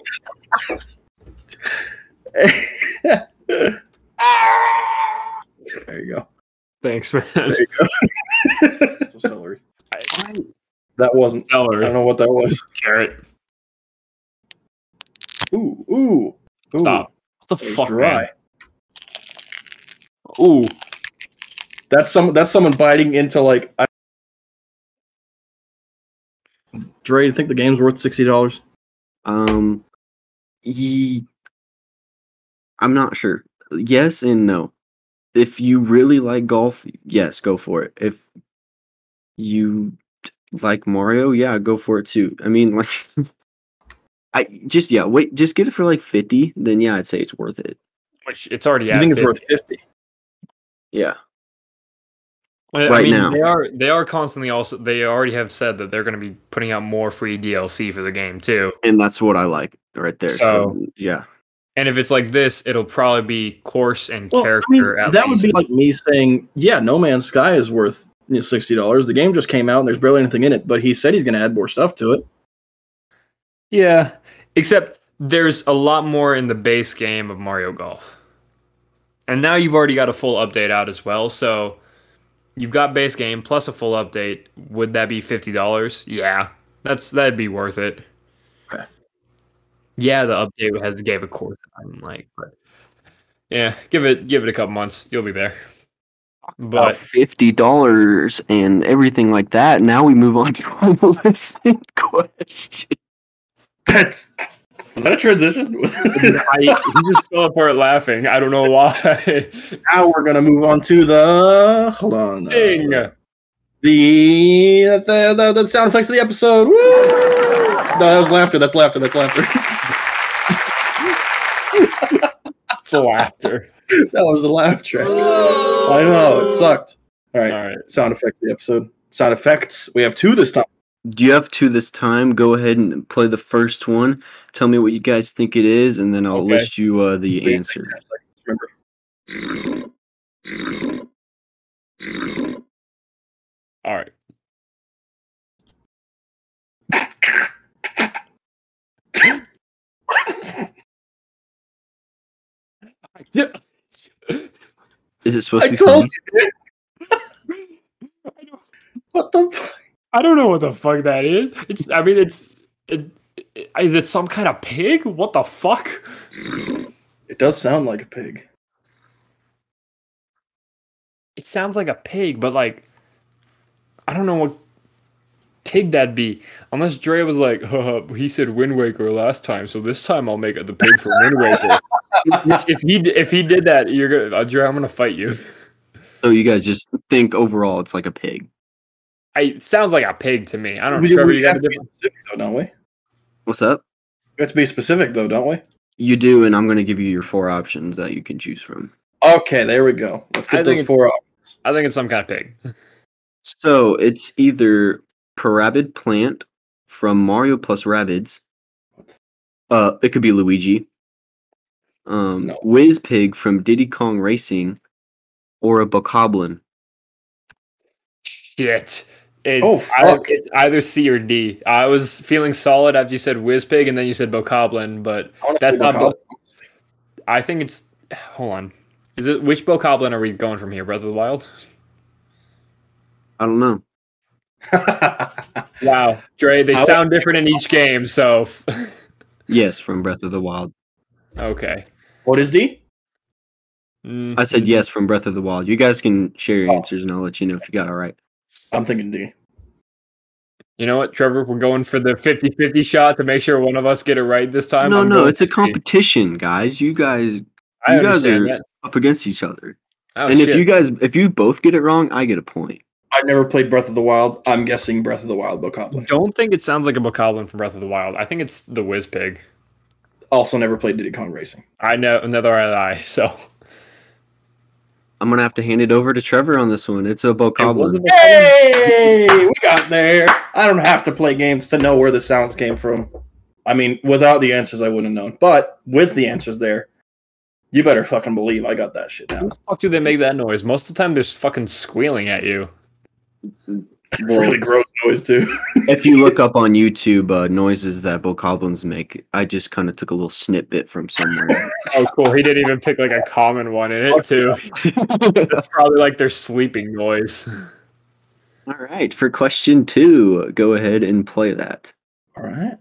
Speaker 2: there you go.
Speaker 3: Thanks, man.
Speaker 2: Some celery. That wasn't. I don't
Speaker 3: Celery,
Speaker 2: know what that was.
Speaker 3: carrot.
Speaker 2: Ooh, ooh, ooh.
Speaker 3: Stop. What the
Speaker 2: It was
Speaker 3: fuck,
Speaker 2: dry.
Speaker 3: man? Ooh,
Speaker 2: That's some. That's someone biting into like. I... Dre, you think the game's worth sixty dollars?
Speaker 1: um, he, I'm not sure. Yes and no. If you really like golf, yes, go for it. If you like Mario, yeah, go for it too. I mean, like, I just yeah, wait, just get it for like fifty. Then yeah, I'd say it's worth it.
Speaker 3: which it's already.
Speaker 2: you
Speaker 3: at
Speaker 2: think it's
Speaker 3: 50.
Speaker 2: worth fifty?
Speaker 1: Yeah,
Speaker 3: I- I
Speaker 1: right
Speaker 3: mean,
Speaker 1: now.
Speaker 3: they are. They are constantly also. They already have said that they're going to be putting out more free DLC for the game too.
Speaker 1: and that's what I like right there. So, yeah,
Speaker 3: And if it's like this, it'll probably be course and
Speaker 2: Well, I mean,
Speaker 3: character. at
Speaker 2: that would
Speaker 3: least.
Speaker 2: be like me saying, "Yeah, No Man's Sky is worth you know, sixty dollars." The game just came out and there's barely anything in it, but he said he's going to add more stuff to it.
Speaker 3: Yeah, except there's a lot more in the base game of Mario Golf. And now you've already got a full update out as well. So you've got base game plus a full update. Would that be $50? Yeah. That's that'd be worth it.
Speaker 2: Okay.
Speaker 3: Yeah, the update has gave a course I didn't like, but yeah, give it give it a couple months. You'll be there.
Speaker 1: about
Speaker 3: But
Speaker 1: fifty dollars and everything like that. Now we move on to our listening question.
Speaker 2: That's was that a transition?
Speaker 3: I, he just fell apart laughing. I don't know why.
Speaker 2: now we're going to move on to the hold on uh,
Speaker 3: Ding.
Speaker 2: the, the, the the sound effects of the episode. Woo! No, that was laughter. That's laughter. That's laughter.
Speaker 3: It's the laughter.
Speaker 2: that was the laugh track. I know it sucked. All right,
Speaker 3: All right.
Speaker 2: sound effects of the episode. Sound effects. We have two this time.
Speaker 1: Do you have two this time? Go ahead and play the first one. Tell me what you guys think it is, and then I'll
Speaker 3: Okay.
Speaker 1: list you uh, the
Speaker 2: Wait,
Speaker 1: answer.
Speaker 2: like 10 seconds, Remember.
Speaker 3: All right.
Speaker 1: Is it supposed
Speaker 2: I
Speaker 1: to be
Speaker 2: told
Speaker 1: funny?
Speaker 2: What the? Fuck?
Speaker 3: I don't know what the fuck that is. It's. I mean, it's. It, it- Is it some kind of pig? What the fuck?
Speaker 2: It does sound like a pig.
Speaker 3: It sounds like a pig, but like, I don't know what pig that'd be. Unless Dre was like, "Huh, he said Wind Waker last time, so this time I'll make it the pig for Wind Waker. Which if he if he did that, you're gonna uh, Dre, I'm gonna fight you.
Speaker 1: So you guys just think overall it's like a pig.
Speaker 3: I, it sounds like a pig to me. I don't know.
Speaker 2: We,
Speaker 3: Trevor,
Speaker 2: we
Speaker 3: you got
Speaker 2: have
Speaker 3: a
Speaker 2: to be
Speaker 3: different.
Speaker 2: specific, though, don't we?
Speaker 1: What's up?
Speaker 2: We have to be specific, though, don't we?
Speaker 1: You do, and I'm going to give you your four options that you can choose from.
Speaker 2: Okay, there we go. Let's
Speaker 3: I
Speaker 2: get
Speaker 3: think
Speaker 2: those
Speaker 3: it's-
Speaker 2: four up.
Speaker 3: I think it's some kind of pig.
Speaker 1: So it's either Parabid Plant from Mario plus Rabbids. Uh, it could be Luigi. Um,
Speaker 2: No.
Speaker 1: Whiz Pig from Diddy Kong Racing, or a Bokoblin.
Speaker 3: Shit. It's,
Speaker 2: Oh,
Speaker 3: I-
Speaker 2: fuck.
Speaker 3: it's either C or D. I was feeling solid after you said Whizpig and then you said Bokoblin, but
Speaker 2: I wanna
Speaker 3: That's
Speaker 2: see
Speaker 3: not
Speaker 2: Bokoblin.
Speaker 3: I think it's. Hold on. Is it which Bokoblin are we going from here? Breath of the Wild?
Speaker 1: I don't know.
Speaker 3: Wow, Dre, they
Speaker 2: I would-
Speaker 3: sound different in each game. So,
Speaker 1: Yes, from Breath of the Wild.
Speaker 3: okay.
Speaker 2: what is D?
Speaker 3: Mm,
Speaker 1: I said yes from Breath of the Wild. You guys can share your
Speaker 2: Oh.
Speaker 1: answers, and I'll let you know if you got it right.
Speaker 2: I'm thinking D.
Speaker 3: You know what, Trevor? We're going for the 50-50 shot to make sure one of us get it right this time.
Speaker 1: no,
Speaker 3: I'm
Speaker 1: no,
Speaker 3: going
Speaker 1: it's a
Speaker 3: with C.
Speaker 1: competition, guys. You guys
Speaker 3: I
Speaker 1: you guys
Speaker 3: understand
Speaker 1: are-
Speaker 3: that.
Speaker 1: up against each other.
Speaker 3: Oh,
Speaker 1: and
Speaker 3: shit.
Speaker 1: if you guys, if you both get it wrong, I get a point.
Speaker 2: I've never played Breath of the Wild. I'm guessing Breath of the Wild Bokoblin.
Speaker 3: don't think it sounds like a Bokoblin from Breath of the Wild. I think it's the Whizpig.
Speaker 2: Also, never played Diddy Kong Racing.
Speaker 3: I know another eye. So
Speaker 1: I'm gonna have to hand it over to Trevor on this one. It's a Bokoblin.
Speaker 2: Hey, we got there. I don't have to play games to know where the sounds came from. I mean, without the answers, I wouldn't have known. But with the answers there, you better fucking believe I got that shit down.
Speaker 3: How the fuck do they make that noise? Most of the time, they're just fucking squealing at you.
Speaker 1: Well,
Speaker 2: really gross noise too.
Speaker 1: if you look up on YouTube uh, noises that Bokoblins make, I just kind of took a little snippet from somewhere.
Speaker 3: Oh, cool. He didn't even pick like a common one in it too. That's probably like their sleeping noise.
Speaker 1: All right, for question two, go ahead and play that.
Speaker 2: All right.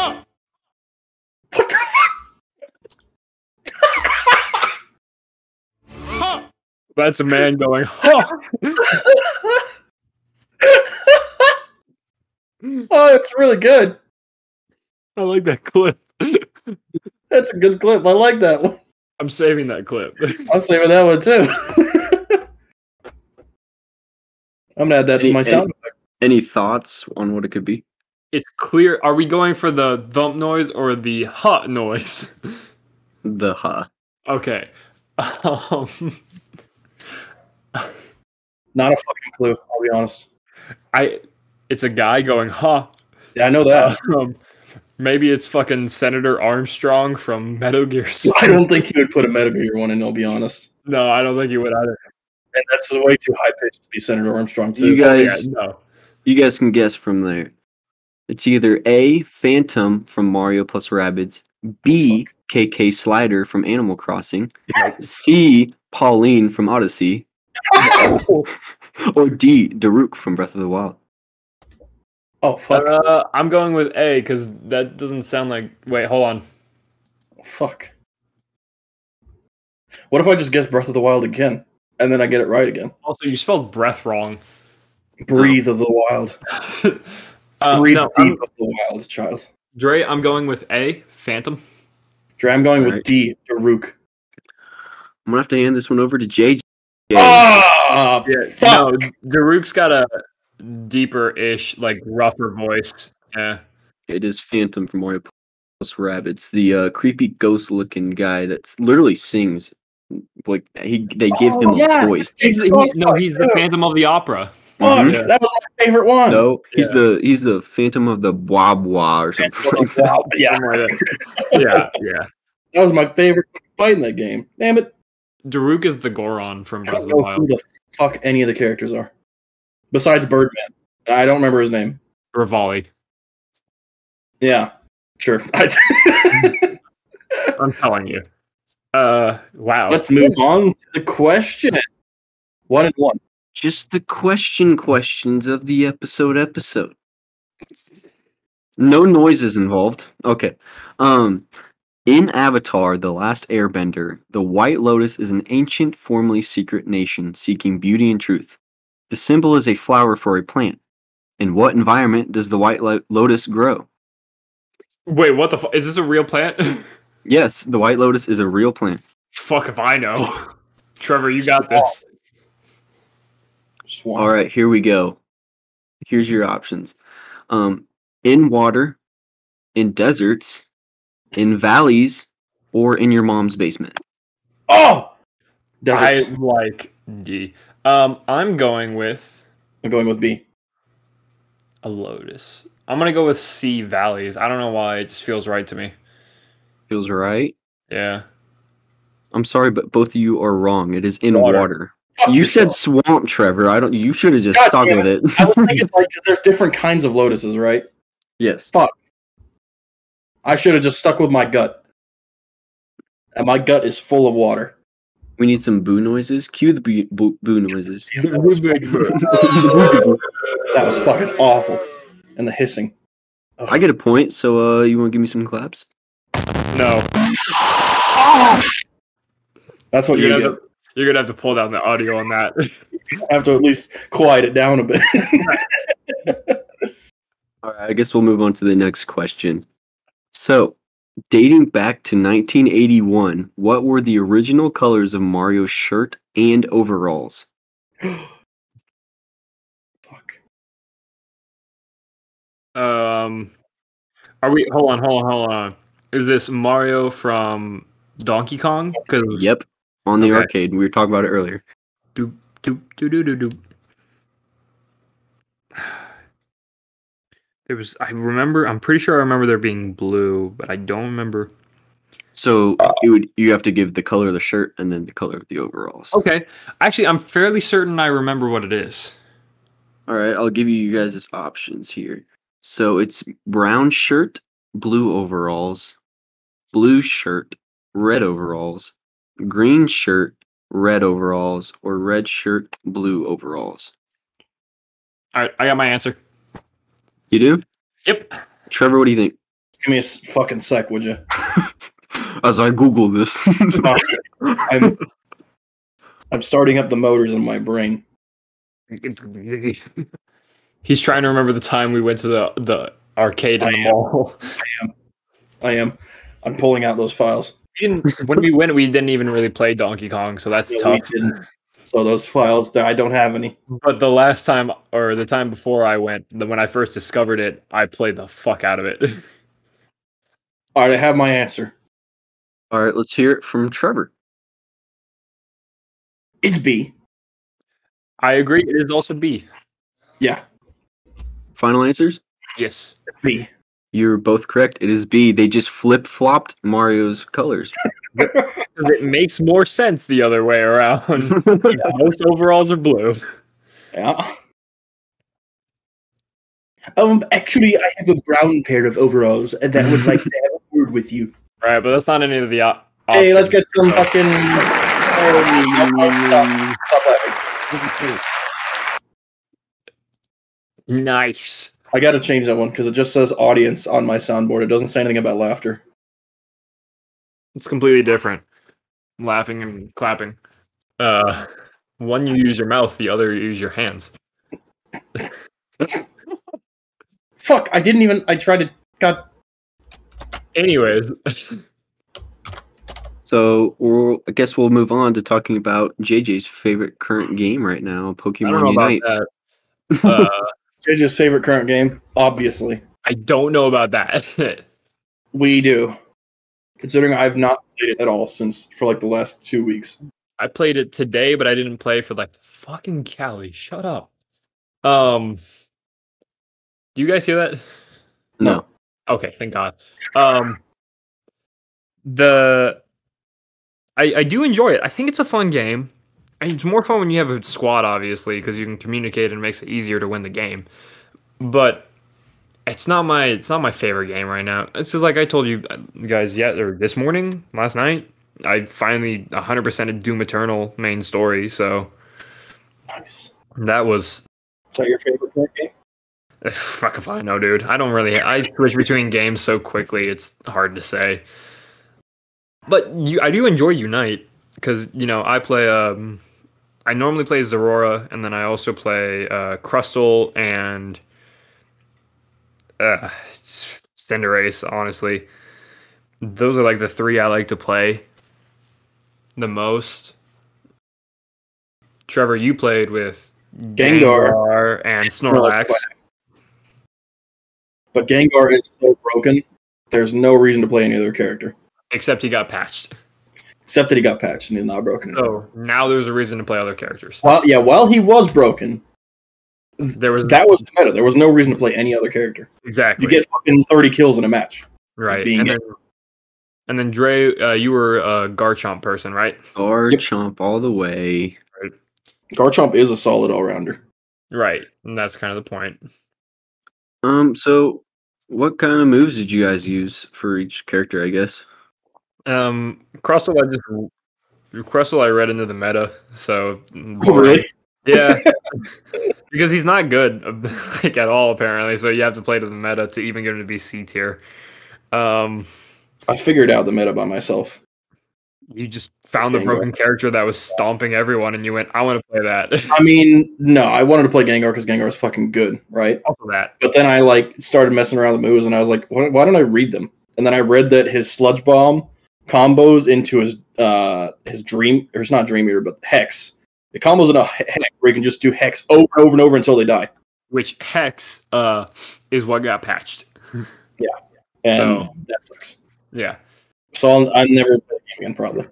Speaker 2: What the fuck?
Speaker 3: That's a man going. Huh.
Speaker 2: Oh, it's really good.
Speaker 3: I like that clip.
Speaker 2: That's a good clip. I like that one.
Speaker 3: I'm saving that clip.
Speaker 2: I'm saving that one too. I'm gonna add that to my
Speaker 1: Any-
Speaker 2: sound.
Speaker 1: Any thoughts on what it could be?
Speaker 3: It's clear. Are we going for the thump noise or the hut noise?
Speaker 1: The huh.
Speaker 3: Okay. Um,
Speaker 2: Not a fucking clue. I'll be honest.
Speaker 3: I. It's a guy going huh.
Speaker 2: Yeah, I know that.
Speaker 3: Um, maybe it's fucking Senator Armstrong from Metal Gear. Solid.
Speaker 2: I don't think he would put a Metal Gear one in. I'll be honest.
Speaker 3: No, I don't think he would either.
Speaker 2: And that's way too high pitched to be Senator Armstrong too.
Speaker 1: You guys,
Speaker 3: Yeah, no.
Speaker 1: you guys can guess from there. It's either A, Phantom from Mario plus Rabbids, B, KK Slider from Animal Crossing, C, Pauline from Odyssey, or D, Daruk from Breath of the Wild.
Speaker 2: oh fuck!
Speaker 3: Uh, I'm going with A because that doesn't sound like. Wait, hold on.
Speaker 2: fuck. What if I just guess Breath of the Wild again, and then I get it right again?
Speaker 3: Also, you spelled breath wrong.
Speaker 2: Breathe of the Wild.
Speaker 3: uh,
Speaker 2: Breathe
Speaker 3: no,
Speaker 2: deep
Speaker 3: I'm,
Speaker 2: of the Wild, child.
Speaker 3: Dre, I'm going with A, Phantom.
Speaker 2: Dre, I'm going
Speaker 1: Alright.
Speaker 2: with D. Daruk.
Speaker 1: I'm gonna have to hand this one over to JJ.
Speaker 2: Ah,
Speaker 3: Yeah,
Speaker 2: fuck.
Speaker 3: No, Daruk's got a deeper ish, like rougher voice. Yeah.
Speaker 1: It is Phantom from Mario plus Rabbids, the uh, creepy ghost-looking guy that literally sings. Like he, they give him
Speaker 2: Oh, yeah.
Speaker 1: a voice.
Speaker 3: He's the,
Speaker 2: Oh,
Speaker 3: he- no, he's the
Speaker 2: yeah.
Speaker 3: Phantom of the Opera.
Speaker 2: Fuck,
Speaker 1: Mhm.
Speaker 3: Yeah.
Speaker 2: that was my favorite one.
Speaker 1: No, he's
Speaker 3: Yeah.
Speaker 1: the he's the Phantom of the Wah Wah or something. like that.
Speaker 2: Wow, yeah,
Speaker 3: Something like that. yeah, yeah.
Speaker 2: that was my favorite fight in that game. Damn it!
Speaker 3: Daruk is the Goron from
Speaker 2: I
Speaker 3: Breath
Speaker 2: don't
Speaker 3: of the
Speaker 2: know who
Speaker 3: Wild.
Speaker 2: the fuck any of the characters are, besides Birdman. I don't remember his name.
Speaker 3: Rivali.
Speaker 2: Yeah, sure. I-
Speaker 3: I'm telling you. Uh, wow.
Speaker 2: Let's move on to the question. One and one.
Speaker 1: Just the question questions of the episode episode. No noises involved. Okay. Um in Avatar The Last Airbender, the White Lotus is an ancient, formerly secret nation seeking beauty and truth. The symbol is a flower for a plant. In what environment does the White lo- Lotus grow?
Speaker 3: Wait, what the fu- is this a real plant?
Speaker 1: Yes, the White Lotus is a real plant.
Speaker 3: Fuck if I know. Trevor, you got this.
Speaker 2: Oh, Swamp.
Speaker 1: All right, here we go. Here's your options um, in water, in deserts, in valleys, or in your mom's basement.
Speaker 2: Oh, deserts.
Speaker 3: I like D. Um, I'm going with
Speaker 2: I'm going with B.
Speaker 3: a lotus. I'm gonna go with C valleys. I don't know why. It just feels right to me.
Speaker 1: Feels right.
Speaker 3: Yeah.
Speaker 1: I'm sorry, but both of you are wrong. It is in
Speaker 2: Water.
Speaker 1: water.
Speaker 2: Fuck
Speaker 1: You said
Speaker 2: yourself.
Speaker 1: swamp, Trevor. I don't. You should have just
Speaker 2: God
Speaker 1: stuck
Speaker 2: damn
Speaker 1: with it.
Speaker 2: I was thinking like because there's different kinds of lotuses, right?
Speaker 1: yes.
Speaker 2: I should have just stuck with my gut. And my gut is full of water.
Speaker 1: We need some boo noises. Cue the boo, boo, boo noises.
Speaker 2: That was, that was fucking awful. And the hissing. Ugh.
Speaker 1: I get a point. So, uh, you want to give me some claps?
Speaker 3: No.
Speaker 2: That's what you
Speaker 3: You're gonna,
Speaker 2: get.
Speaker 3: have to, you're gonna have to pull down the audio on that.
Speaker 2: I have to at least quiet it down a bit.
Speaker 1: All right. I guess we'll move on to the next question. So, dating back to 1981, what were the original colors of Mario's shirt and overalls?
Speaker 2: Fuck.
Speaker 3: Um, are we? Hold on, hold on, hold on. Is this Mario from Donkey Kong? Because
Speaker 1: Yep. On the
Speaker 3: Okay.
Speaker 1: arcade. We were talking about it earlier.
Speaker 3: Doop, doop, doop, doop, doop, doop. There was. I remember. I'm pretty sure I remember there being blue, but I don't remember.
Speaker 1: So it would you have to give the color of the shirt and then the color of the overalls.
Speaker 3: Okay. Actually, I'm fairly certain I remember what it is.
Speaker 1: All right, I'll give you you guys as options here. So it's brown shirt, blue overalls, blue shirt, red overalls, green shirt, red overalls, or red shirt, blue overalls.
Speaker 3: All right, I got my answer.
Speaker 1: You do?
Speaker 3: Yep.
Speaker 1: Trevor, what do you think?
Speaker 2: Give me a s- fucking sec, would you?
Speaker 1: As I Google this.
Speaker 2: I'm, I'm starting up the motors in my brain.
Speaker 3: He's trying to remember the time we went to the the arcade in
Speaker 2: I
Speaker 3: the
Speaker 2: am.
Speaker 3: mall.
Speaker 2: I am. I'm pulling out those files.
Speaker 3: We didn't, when we went, we didn't even really play Donkey Kong, so that's
Speaker 2: Yeah, we
Speaker 3: tough.
Speaker 2: didn't. So those files, there, I don't have any.
Speaker 3: But the last time, or the time before I went, the, when I first discovered it, I played the fuck out of it.
Speaker 2: All right, I have my answer.
Speaker 1: All right, let's hear it from Trevor.
Speaker 2: It's B.
Speaker 3: I agree. It is also B.
Speaker 2: Yeah,
Speaker 1: Final answers?
Speaker 3: Yes.
Speaker 2: B.
Speaker 1: You're both correct. It is B. They just flip flopped Mario's colors.
Speaker 3: 'Cause it makes more sense the other way around. Most overalls are blue.
Speaker 2: Yeah. Um, actually, I have a brown pair of overalls and that would like to have a word with you.
Speaker 3: Right, but that's not any of the op- options.
Speaker 2: Hey, let's get some fucking. Oh, oh, stop, stop laughing.
Speaker 3: Nice.
Speaker 2: I gotta change that one because it just says audience on my soundboard. It doesn't say anything about laughter.
Speaker 3: It's completely different. Laughing and clapping. Uh, one you use your mouth, the other you use your hands.
Speaker 2: Fuck! I didn't even. I tried to. God.
Speaker 3: Anyways,
Speaker 1: So we'll, I guess we'll move on to talking about JJ's favorite current game right now,
Speaker 3: I don't know
Speaker 1: Pokemon
Speaker 3: about
Speaker 1: Unite.
Speaker 3: that. Uh,
Speaker 2: JJ's favorite current game, obviously.
Speaker 3: I don't know about that.
Speaker 2: We do. Considering I've not played it at all since for like the last two weeks.
Speaker 3: I played it today, but I didn't play for like fucking Cali. Shut up. Um, do you guys hear that?
Speaker 1: No.
Speaker 3: Okay, thank God. Um, the I I do enjoy it. I think it's a fun game. And It's more fun when you have a squad, obviously, because you can communicate and it makes it easier to win the game. But it's not my it's not my favorite game right now. It's just like I told you uh, guys yet or this morning, last night. I finally 100% of Doom Eternal main story, so
Speaker 2: Oh, Nice.
Speaker 3: That was
Speaker 2: Is that your favorite point game?
Speaker 3: fuck if I know, dude. I don't really. I switch between games so quickly; it's hard to say. But you, I do enjoy Unite because you know I play. Um, I normally play Zorora, and then I also play uh, Crustle and uh, Cinderace. Honestly, those are like the three I like to play the most. Trevor, you played with
Speaker 2: Gengar.
Speaker 3: Gengar and Snorlax.
Speaker 2: But Gengar is so broken. There's no reason to play any other character
Speaker 3: except he got patched.
Speaker 2: except that he got patched and he's not broken.
Speaker 3: So now there's a reason to play other characters.
Speaker 2: While yeah, while he was broken,
Speaker 3: There was
Speaker 2: that was the meta. There was no reason to play any other character.
Speaker 3: exactly
Speaker 2: You get fucking thirty kills in a match.
Speaker 3: right,
Speaker 2: being
Speaker 3: and
Speaker 2: it.
Speaker 3: then, and then Dre, uh, you were a Garchomp person, right?
Speaker 1: Guard chomp all the way.
Speaker 2: Garchomp is a solid all rounder.
Speaker 3: Right, and that's kind of the point.
Speaker 1: Um, so what kind of moves did you guys use for each character, I guess?
Speaker 3: Um, Crustle, I just Crustle, I read into the meta, so
Speaker 2: Oh,
Speaker 3: yeah, because he's not good like at all apparently. So you have to play to the meta to even get him to be C tier. Um,
Speaker 2: I figured out the meta by myself.
Speaker 3: you just found the
Speaker 2: Gengar.
Speaker 3: broken character that was stomping everyone, and you went, "I want to play that."
Speaker 2: I mean, no, I wanted to play Gengar because Gengar is fucking good, right?
Speaker 3: also that.
Speaker 2: But then I like started messing around with moves, and I was like, why, why don't I read them? And then I read that his Sludge Bomb combos into his uh his Dream, or it's not Dream Eater, but Hex. It combos in a he- Hex where you can just do Hex over and over and over until they die.
Speaker 3: which hex uh is what got patched.
Speaker 2: And
Speaker 3: So-
Speaker 2: that sucks.
Speaker 3: Yeah.
Speaker 2: So I'll, I'll never play the game again, probably.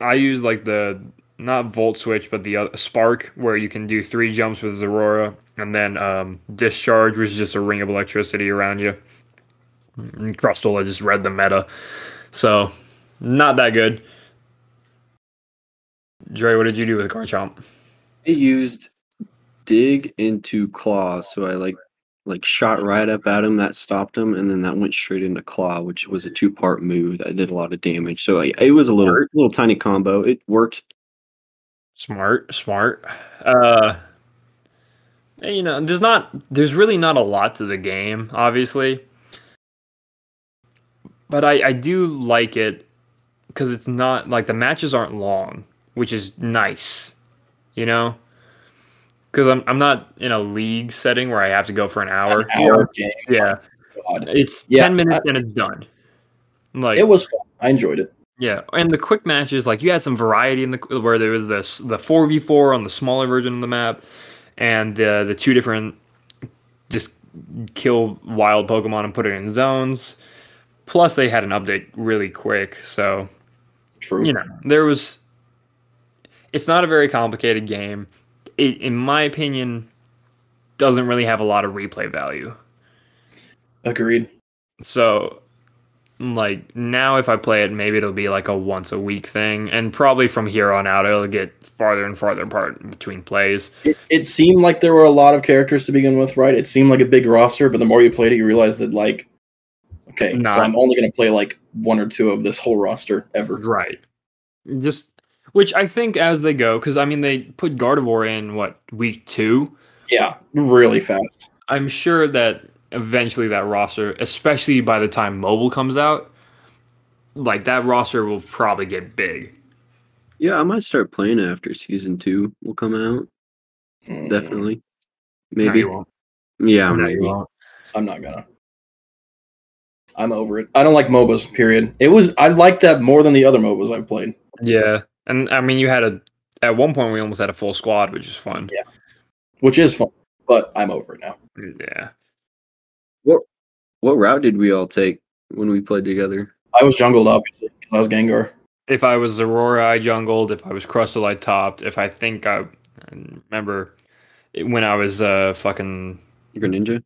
Speaker 3: I use like the not volt switch but the other spark where you can do three jumps with Zorora and then um discharge which is just a ring of electricity around you. And Crustle I just read the meta. So not that good. Dre, what did you do with Garchomp?
Speaker 1: I used dig into claw, so I like like shot right up at him. That stopped him, and then that went straight into claw, which was a two part move that did a lot of damage. So like, it was a little little tiny combo. It worked.
Speaker 3: Smart, smart. Uh, and, you know, there's not, there's really not a lot to the game, obviously, but I, I do like it because it's not like the matches aren't long, which is nice, you know, because I'm I'm not in a league setting where I have to go for an hour.
Speaker 2: An hour game.
Speaker 3: Yeah,
Speaker 2: God.
Speaker 3: it's
Speaker 2: Yeah,
Speaker 3: ten minutes and it's done. Like
Speaker 2: It was fun. I enjoyed it.
Speaker 3: yeah, and the quick matches like you had some variety in the where there was this the four v four on the smaller version of the map, and the the two different just kill wild Pokemon and put it in zones. Plus, they had an update really quick, so
Speaker 2: True.
Speaker 3: you know there was. It's not a very complicated game. It, in my opinion, doesn't really have a lot of replay value.
Speaker 2: Agreed.
Speaker 3: So, like now, if I play it, maybe it'll be like a once a week thing, and probably from here on out, it'll get farther and farther apart between plays.
Speaker 2: It, it seemed like there were a lot of characters to begin with, right? It seemed like a big roster, but the more you played it, you realize that, like, okay,
Speaker 3: Nah.
Speaker 2: well, I'm only going to play like one or two of this whole roster ever.
Speaker 3: Right. Just which I think as they go, because I mean they put Gardevoir in what week two.
Speaker 2: Yeah, really fast.
Speaker 3: I'm sure that eventually that roster, especially by the time mobile comes out, like that roster will probably get big.
Speaker 1: Yeah, I might start playing after season two will come out.
Speaker 2: Mm,
Speaker 1: Definitely,
Speaker 3: No,
Speaker 1: maybe.
Speaker 3: you won't.
Speaker 1: yeah,
Speaker 3: No, you
Speaker 1: maybe.
Speaker 3: won't.
Speaker 2: I'm not going to. I'm over it. I don't like MOBAs, period. It was, I liked that more than the other MOBAs I've played.
Speaker 3: Yeah, and I mean you had a at one point we almost had a full squad, which is fun.
Speaker 2: which is fun, but I'm over it now.
Speaker 3: Yeah.
Speaker 1: What route did we all take when we played together?
Speaker 2: I was jungled, obviously, because I was Gengar.
Speaker 3: If I was Aurora, I jungled. If I was Crustle, I topped. If I think I, I remember it- when I was uh fucking
Speaker 1: Greninja.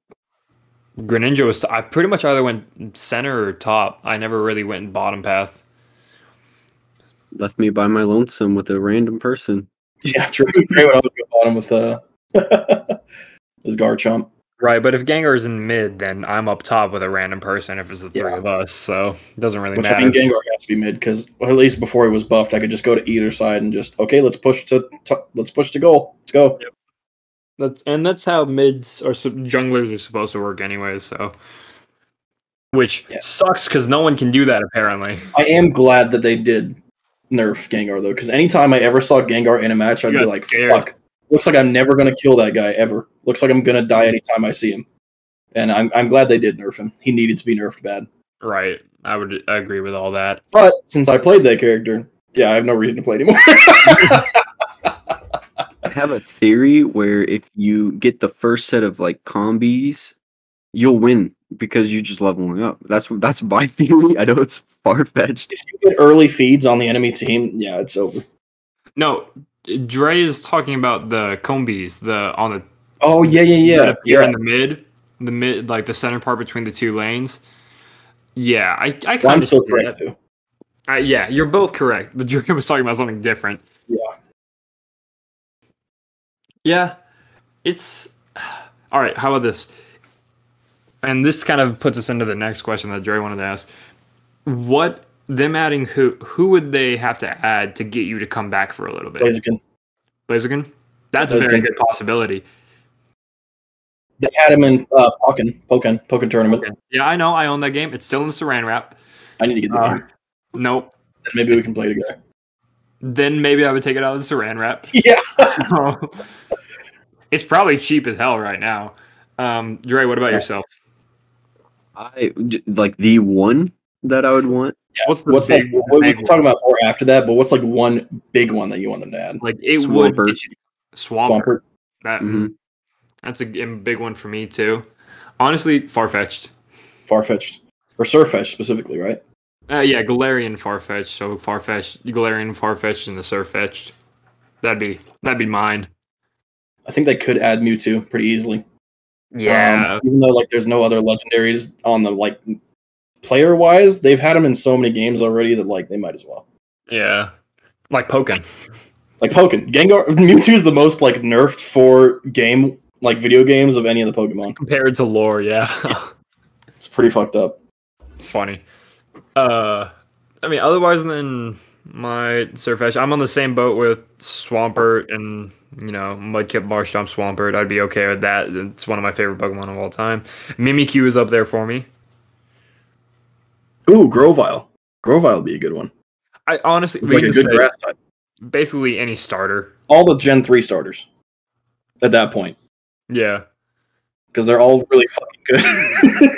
Speaker 3: Greninja was I pretty much either went center or top. I never really went bottom path.
Speaker 1: left me by my lonesome with a random person.
Speaker 2: Yeah, true. Trey would always go bottom with uh, his Garchomp.
Speaker 3: Right, but if Gengar is in mid, then I'm up top with a random person if it's the three
Speaker 2: Yeah.
Speaker 3: of us. So it doesn't really
Speaker 2: Which I
Speaker 3: matter.
Speaker 2: mean, Gengar has to be mid because at least before he was buffed, I could just go to either side and just okay, let's push to, to let's push to goal. Let's go.
Speaker 3: That's and that's how mids or sup- junglers are supposed to work anyway. So, which
Speaker 2: Yeah.
Speaker 3: sucks because no one can do that apparently.
Speaker 2: I am glad that they did nerf Gengar though, because anytime I ever saw Gengar in a match, I'd
Speaker 3: You
Speaker 2: be
Speaker 3: got
Speaker 2: like,
Speaker 3: scared.
Speaker 2: "Fuck!" Looks like I'm never gonna kill that guy ever. Looks like I'm gonna die anytime I see him. And I'm I'm glad they did nerf him. He needed to be nerfed bad.
Speaker 3: Right. I would agree with all that.
Speaker 2: But since I played that character, yeah, I have no reason to play anymore.
Speaker 1: I have a theory where if you get the first set of like combis, you'll win because you're just leveling up. That's that's my theory. I know it's far fetched.
Speaker 2: if you get early feeds on the enemy team, yeah, it's over.
Speaker 3: No, Dre is talking about the combies, the on the
Speaker 2: Oh yeah, yeah,
Speaker 3: that
Speaker 2: yeah,
Speaker 3: appear
Speaker 2: yeah.
Speaker 3: in the mid, the mid like the center part between the two lanes. Yeah, I I
Speaker 2: Well,
Speaker 3: kind
Speaker 2: I'm
Speaker 3: of
Speaker 2: still correct too.
Speaker 3: Uh, yeah, you're both correct, but Jorgen was talking about something different.
Speaker 2: Yeah.
Speaker 3: Yeah, it's all right. How about this? And this kind of puts us into the next question that Dre wanted to ask. What them adding who? Who would they have to add to get you to come back for a little bit?
Speaker 2: Blaziken.
Speaker 3: Blaziken. That's a very
Speaker 2: Blaziken.
Speaker 3: good possibility.
Speaker 2: They had him in uh, Pokken, Pokken, Pokken tournament.
Speaker 3: Okay. Yeah, I know. I own that game. It's still in the Saran wrap.
Speaker 2: I need to get the
Speaker 3: Uh,
Speaker 2: game.
Speaker 3: nope.
Speaker 2: Maybe we can play together.
Speaker 3: Then maybe I would take it out of the Saran wrap.
Speaker 2: Yeah.
Speaker 3: it's probably cheap as hell right now. Um, Dre, what about
Speaker 2: Yeah.
Speaker 3: yourself?
Speaker 1: I d- like the one that I would want.
Speaker 3: What's the
Speaker 2: What's
Speaker 3: big,
Speaker 2: like? What we
Speaker 3: big
Speaker 2: can talk about more after that, but what's like one big one that you want them to add?
Speaker 3: one? Like it
Speaker 1: Swampert.
Speaker 3: would get you Swampert.
Speaker 2: Swampert.
Speaker 3: That
Speaker 1: Mhm.
Speaker 3: that's a, g- big one for me too. Honestly, far fetched.
Speaker 2: Farfetched or Surfetched specifically, right?
Speaker 3: Uh, yeah, Galarian far fetched. So far fetched, Galarian far fetched, and the Surfetched. That'd be that'd be mine.
Speaker 2: I think they could add Mewtwo pretty easily.
Speaker 3: Um,
Speaker 2: Um, even though like there's no other legendaries on the like player wise, they've had him in so many games already that like they might as well.
Speaker 3: yeah. Like Pokken.
Speaker 2: Like Pokemon, Gengar, Mewtwo is the most like nerfed for game like video games of any of the Pokemon.
Speaker 3: compared to lore. Yeah.
Speaker 2: It's pretty fucked up.
Speaker 3: It's funny. Uh, I mean, otherwise than my Surfetch, I'm on the same boat with Swampert and you know Mudkip, Marshtomp, Swampert. I'd be okay with that. It's one of my favorite Pokemon of all time. Mimikyu is up there for me.
Speaker 2: Ooh, Grovile. Grovile would be a good one.
Speaker 3: I honestly,
Speaker 2: It's
Speaker 3: we
Speaker 2: like a
Speaker 3: can
Speaker 2: good
Speaker 3: say
Speaker 2: grass type.
Speaker 3: basically any starter.
Speaker 2: All the Gen three starters at that point.
Speaker 3: Yeah,
Speaker 2: because they're all really fucking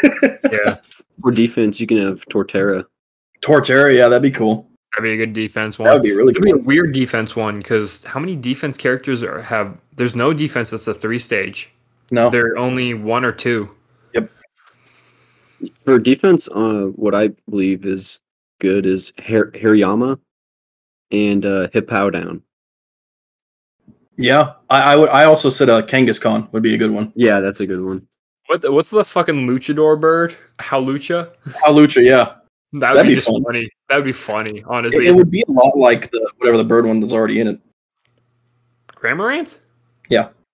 Speaker 2: good.
Speaker 3: yeah,
Speaker 1: For defense, you can have Torterra.
Speaker 2: Torterra, yeah, that'd be cool.
Speaker 3: that'd be a good defense
Speaker 2: That would
Speaker 3: one.
Speaker 2: be really
Speaker 3: It'd be a
Speaker 2: cool.
Speaker 3: weird defense one because how many defense characters are have? There's no defense. That's a three stage.
Speaker 2: No,
Speaker 3: There are only one or two.
Speaker 1: For defense, uh, what I believe is good is Har- Hariyama and uh, Hippowdown.
Speaker 2: yeah, I, I would. I also said a uh, Kangaskhan would be a good one.
Speaker 1: Yeah, that's a good one.
Speaker 3: What the, what's the fucking luchador bird? Halucha?
Speaker 2: Halucha, yeah,
Speaker 3: That would
Speaker 2: That'd
Speaker 3: be,
Speaker 2: be
Speaker 3: just
Speaker 2: fun.
Speaker 3: funny. That would be funny,
Speaker 2: it,
Speaker 3: honestly.
Speaker 2: it would be a lot like the whatever the bird one that's already in it.
Speaker 3: Cramorant?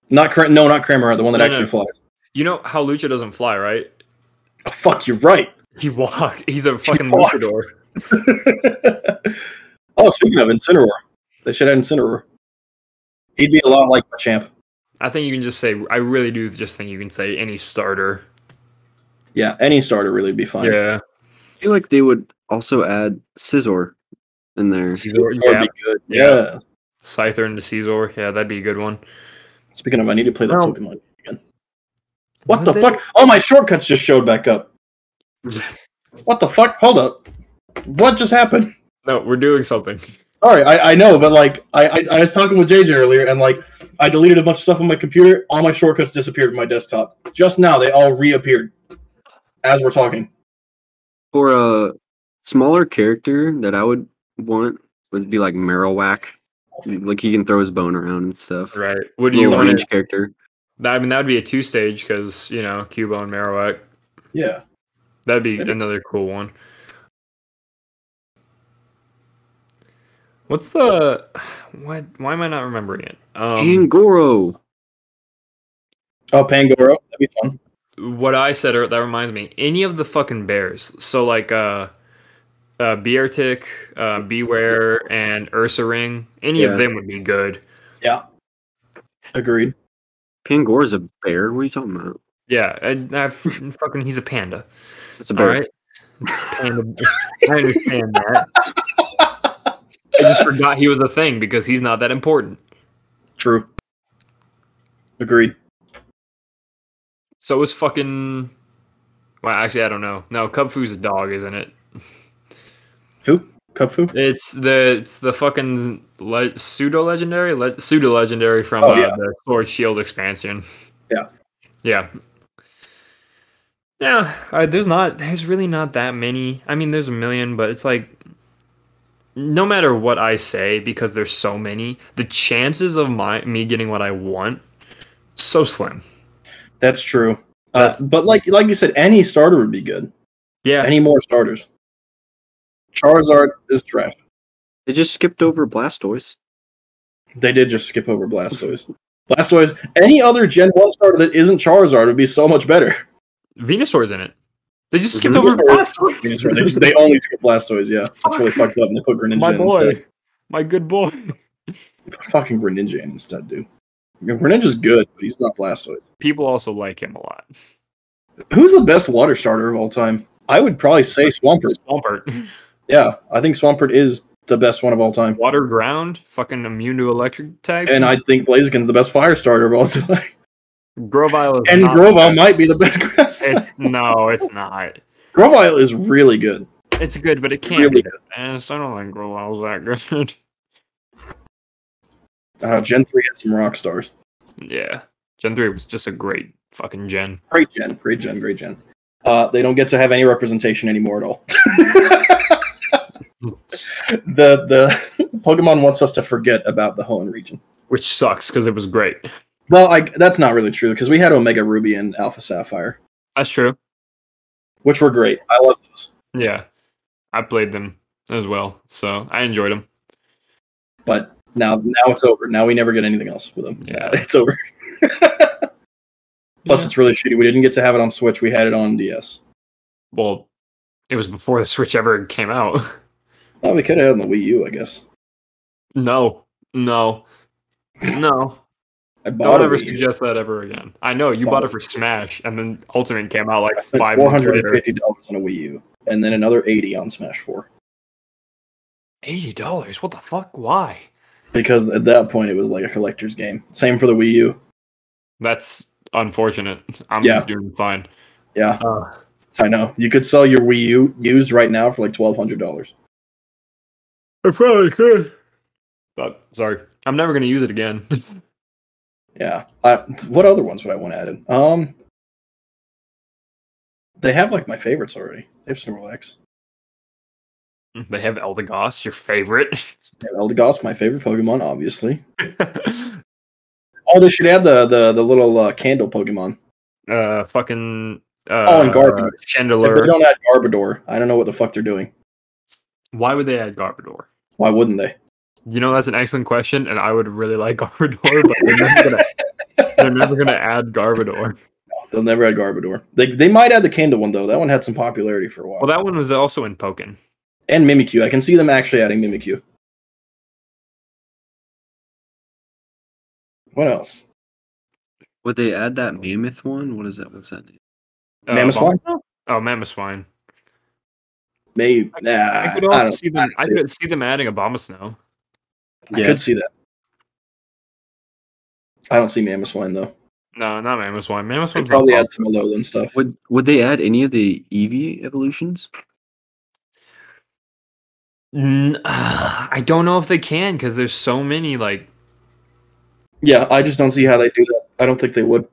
Speaker 2: Not Cram- no, not Cramorant, the one that
Speaker 3: No, no.
Speaker 2: actually flies.
Speaker 3: You know how Lucha doesn't fly, right?
Speaker 2: Oh, fuck, you're right.
Speaker 3: He walk. He's a fucking
Speaker 2: walks.
Speaker 3: luchador.
Speaker 2: oh, speaking of Incineroar, they should add Incineroar. He'd be a lot like Machamp.
Speaker 3: I think you can just say. I really do just think you can say any starter.
Speaker 2: Yeah, any starter really would be fine.
Speaker 3: Yeah.
Speaker 1: I feel like they would also add Scizor in there.
Speaker 2: Incineroar
Speaker 3: Yeah.
Speaker 2: would be good.
Speaker 3: Yeah.
Speaker 2: yeah.
Speaker 3: Scyther into Caesar. Yeah, that'd be a good one.
Speaker 2: Speaking of, I need to play that
Speaker 3: Well-
Speaker 2: Pokemon again. What
Speaker 3: What
Speaker 2: the
Speaker 3: the-
Speaker 2: fuck? All my shortcuts just showed back up. What the fuck? Hold up. What just happened?
Speaker 3: No, we're doing something.
Speaker 2: Sorry, I, I know, but like I, I I was talking with JJ earlier, and like I deleted a bunch of stuff on my computer. All my shortcuts disappeared from my desktop. Just now, they all reappeared as we're talking.
Speaker 1: For a smaller character that I would want would be like Marowak. Like he can throw his bone around and stuff.
Speaker 3: Right. What do you
Speaker 1: Little
Speaker 3: want?
Speaker 1: range character.
Speaker 3: I mean, that'd be a two stage because you know Cubone and Marowak.
Speaker 2: Yeah,
Speaker 3: That'd be
Speaker 2: That'd be-
Speaker 3: another cool one. What's the what? Why am I not remembering it? Um,
Speaker 1: and Goro.
Speaker 2: Oh, Pangoro, that'd be fun.
Speaker 3: what I said ear- that reminds me. Any of the fucking bears. So like uh, uh Beartic, uh, Beware, and Ursaring. Any
Speaker 1: Yeah.
Speaker 3: of them would be good.
Speaker 2: Agreed.
Speaker 4: Pangor is a bear. What are you talking about?
Speaker 3: Yeah, and I fucking he's a panda.
Speaker 4: It's a
Speaker 3: All
Speaker 4: bear.
Speaker 3: right, it's panda. I understand that. I just forgot he was a thing because he's not that important.
Speaker 2: True. Agreed.
Speaker 3: So is fucking. Well, actually, I don't know. No, Cub Foo's a dog, isn't it?
Speaker 2: Who? Kupfu?
Speaker 3: It's the it's the fucking le- pseudo legendary, le- pseudo legendary from
Speaker 2: Oh,
Speaker 3: uh,
Speaker 2: yeah.
Speaker 3: the Sword Shield expansion.
Speaker 2: Yeah.
Speaker 3: yeah, yeah. I, there's not, there's really not that many. I mean, there's a million, but it's like, no matter what I say, because there's so many, the chances of my me getting what I want so slim.
Speaker 2: That's true. Uh, but like like you said, any starter would be good.
Speaker 3: Yeah,
Speaker 2: Any more starters. Charizard is trash.
Speaker 4: They just skipped over Blastoise.
Speaker 2: They did just skip over Blastoise. Blastoise. Any other Gen One starter that isn't Charizard would be so much better.
Speaker 3: Venusaur's in it. They just skipped
Speaker 4: Mhm.
Speaker 3: over
Speaker 2: Venusaur.
Speaker 3: Blastoise.
Speaker 2: That's right. They, they only skip Blastoise. Yeah, that's really fucked up. And they put Greninja
Speaker 3: My
Speaker 2: in
Speaker 3: boy,
Speaker 2: instead.
Speaker 3: my good boy.
Speaker 2: They put fucking Greninja in instead, dude. I mean, Greninja's good, but he's not Blastoise.
Speaker 3: People also like him a lot.
Speaker 2: Who's the best water starter of all time? I would probably say Swampert.
Speaker 3: Swampert.
Speaker 2: Yeah, I think Swampert is the best one of all time.
Speaker 3: Water ground, fucking immune to electric type.
Speaker 2: And I think Blaziken's the best fire starter of all time.
Speaker 3: Grovyle is
Speaker 2: And
Speaker 3: not
Speaker 2: Grovyle
Speaker 3: good.
Speaker 2: might be the best grass. starter.
Speaker 3: It's no, it's not.
Speaker 2: Grovyle is really good.
Speaker 3: It's good, but it can't
Speaker 2: Really
Speaker 3: be. And I don't think Grovile's that good.
Speaker 2: Uh, Gen 3 had some rock stars.
Speaker 3: yeah. Gen 3 was just a great fucking gen.
Speaker 2: Great gen, great gen, great gen. Uh, they don't get to have any representation anymore at all. the the Pokemon wants us to forget about the Hoenn region.
Speaker 3: Which sucks because it was great.
Speaker 2: Well, I, that's not really true because we had Omega Ruby and Alpha Sapphire,
Speaker 3: That's true.
Speaker 2: which were great. I love those,
Speaker 3: Yeah. I played them as well. So I enjoyed them.
Speaker 2: but now now it's over. Now we never get anything else with them.
Speaker 3: Yeah.
Speaker 2: it's over. Plus, it's really shitty. We didn't get to have it on Switch. We had it on DS.
Speaker 3: Well, it was before the Switch ever came out.
Speaker 2: Oh, we could have had it on the Wii U, I guess.
Speaker 3: no. No. No.
Speaker 2: I bought
Speaker 3: Don't
Speaker 2: it.
Speaker 3: ever suggest that ever again. I know you bought it for Smash, and then Ultimate came out like five
Speaker 2: four
Speaker 3: months
Speaker 2: hundred and
Speaker 3: later.
Speaker 2: fifty dollars on a Wii U, and then another eighty on Smash Four.
Speaker 3: Eighty dollars? What the fuck? Why?
Speaker 2: Because at that point it was like a collector's game. Same for the Wii U.
Speaker 3: That's unfortunate. I'm
Speaker 2: Yeah.
Speaker 3: doing fine.
Speaker 2: Yeah,
Speaker 3: Uh,
Speaker 2: I know. You could sell your Wii U used right now for like twelve hundred dollars.
Speaker 3: I probably could. But sorry, I'm never gonna use it again.
Speaker 2: Yeah. I, what other ones would I want added? Um, they have like my favorites already. They have Snorlax.
Speaker 3: they have Eldegoss, your favorite.
Speaker 2: They have Eldegoss, my favorite Pokemon, obviously. Oh, they should add the the, the little uh, candle Pokemon.
Speaker 3: uh, fucking. Uh,
Speaker 2: Oh, and Garbodor. If they
Speaker 3: Chandelure.
Speaker 2: don't add Garbodor, I don't know what the fuck they're doing.
Speaker 3: Why would they add Garbodor?
Speaker 2: Why wouldn't they?
Speaker 3: You know that's an excellent question, and I would really like Garbodor, but they're never gonna, they're never gonna add Garbodor.
Speaker 2: They'll never add Garbodor. They, they might add the candle one though. That one had some popularity for a while.
Speaker 3: Well, that one was also in Pokken.
Speaker 2: and Mimikyu. I can see them actually adding Mimikyu. What else?
Speaker 4: Would they add that mammoth one? What is that? What's that name?
Speaker 3: Uh,
Speaker 2: Mamoswine?
Speaker 3: Bulbasaur? Oh, Mamoswine.
Speaker 2: Maybe
Speaker 3: I-
Speaker 2: nah.
Speaker 3: I
Speaker 2: Uh, I,
Speaker 3: could
Speaker 2: don't,
Speaker 3: also see them. I
Speaker 2: I could,
Speaker 3: could see them adding a bomb snow.
Speaker 2: I could see that. I don't see Mamoswine though.
Speaker 3: No, not Mamoswine.
Speaker 2: They
Speaker 3: Mamoswine's
Speaker 2: probably
Speaker 3: not
Speaker 2: add some Alolan stuff.
Speaker 4: Would Would they add any of the Eevee evolutions?
Speaker 3: bomb. N- uh, I don't know if they can because there's so many. Like,
Speaker 2: Yeah, I just don't see how they do that. I don't think they would.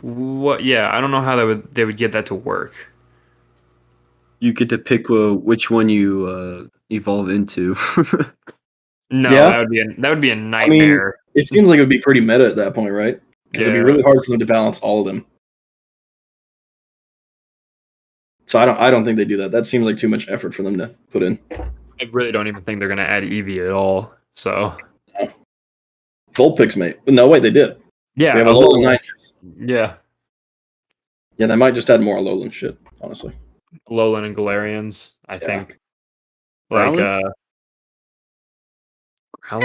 Speaker 3: what? Yeah, I don't know how they would they would get that to work.
Speaker 4: You get to pick uh, which one you uh, evolve into.
Speaker 3: No,
Speaker 2: Yeah.
Speaker 3: that would be a, that would be a nightmare.
Speaker 2: It seems like it would be pretty meta at that point, right? Because it'd
Speaker 3: Yeah.
Speaker 2: be really hard for them to balance all of them. So I don't. I don't think they do that. That seems like too much effort for them to put in.
Speaker 3: I really don't even think they're gonna add Eevee at all. So
Speaker 2: Vulpix, mate. No, wait, they did.
Speaker 3: yeah,
Speaker 2: we have
Speaker 3: a
Speaker 2: Alolan
Speaker 3: Alolan-
Speaker 2: Nine.
Speaker 3: yeah,
Speaker 2: Yeah, they might just add more Alolan shit, honestly.
Speaker 3: Alolan and Galarians. I
Speaker 2: Yeah.
Speaker 3: think like
Speaker 4: Growlithe?
Speaker 3: uh, Growlithe.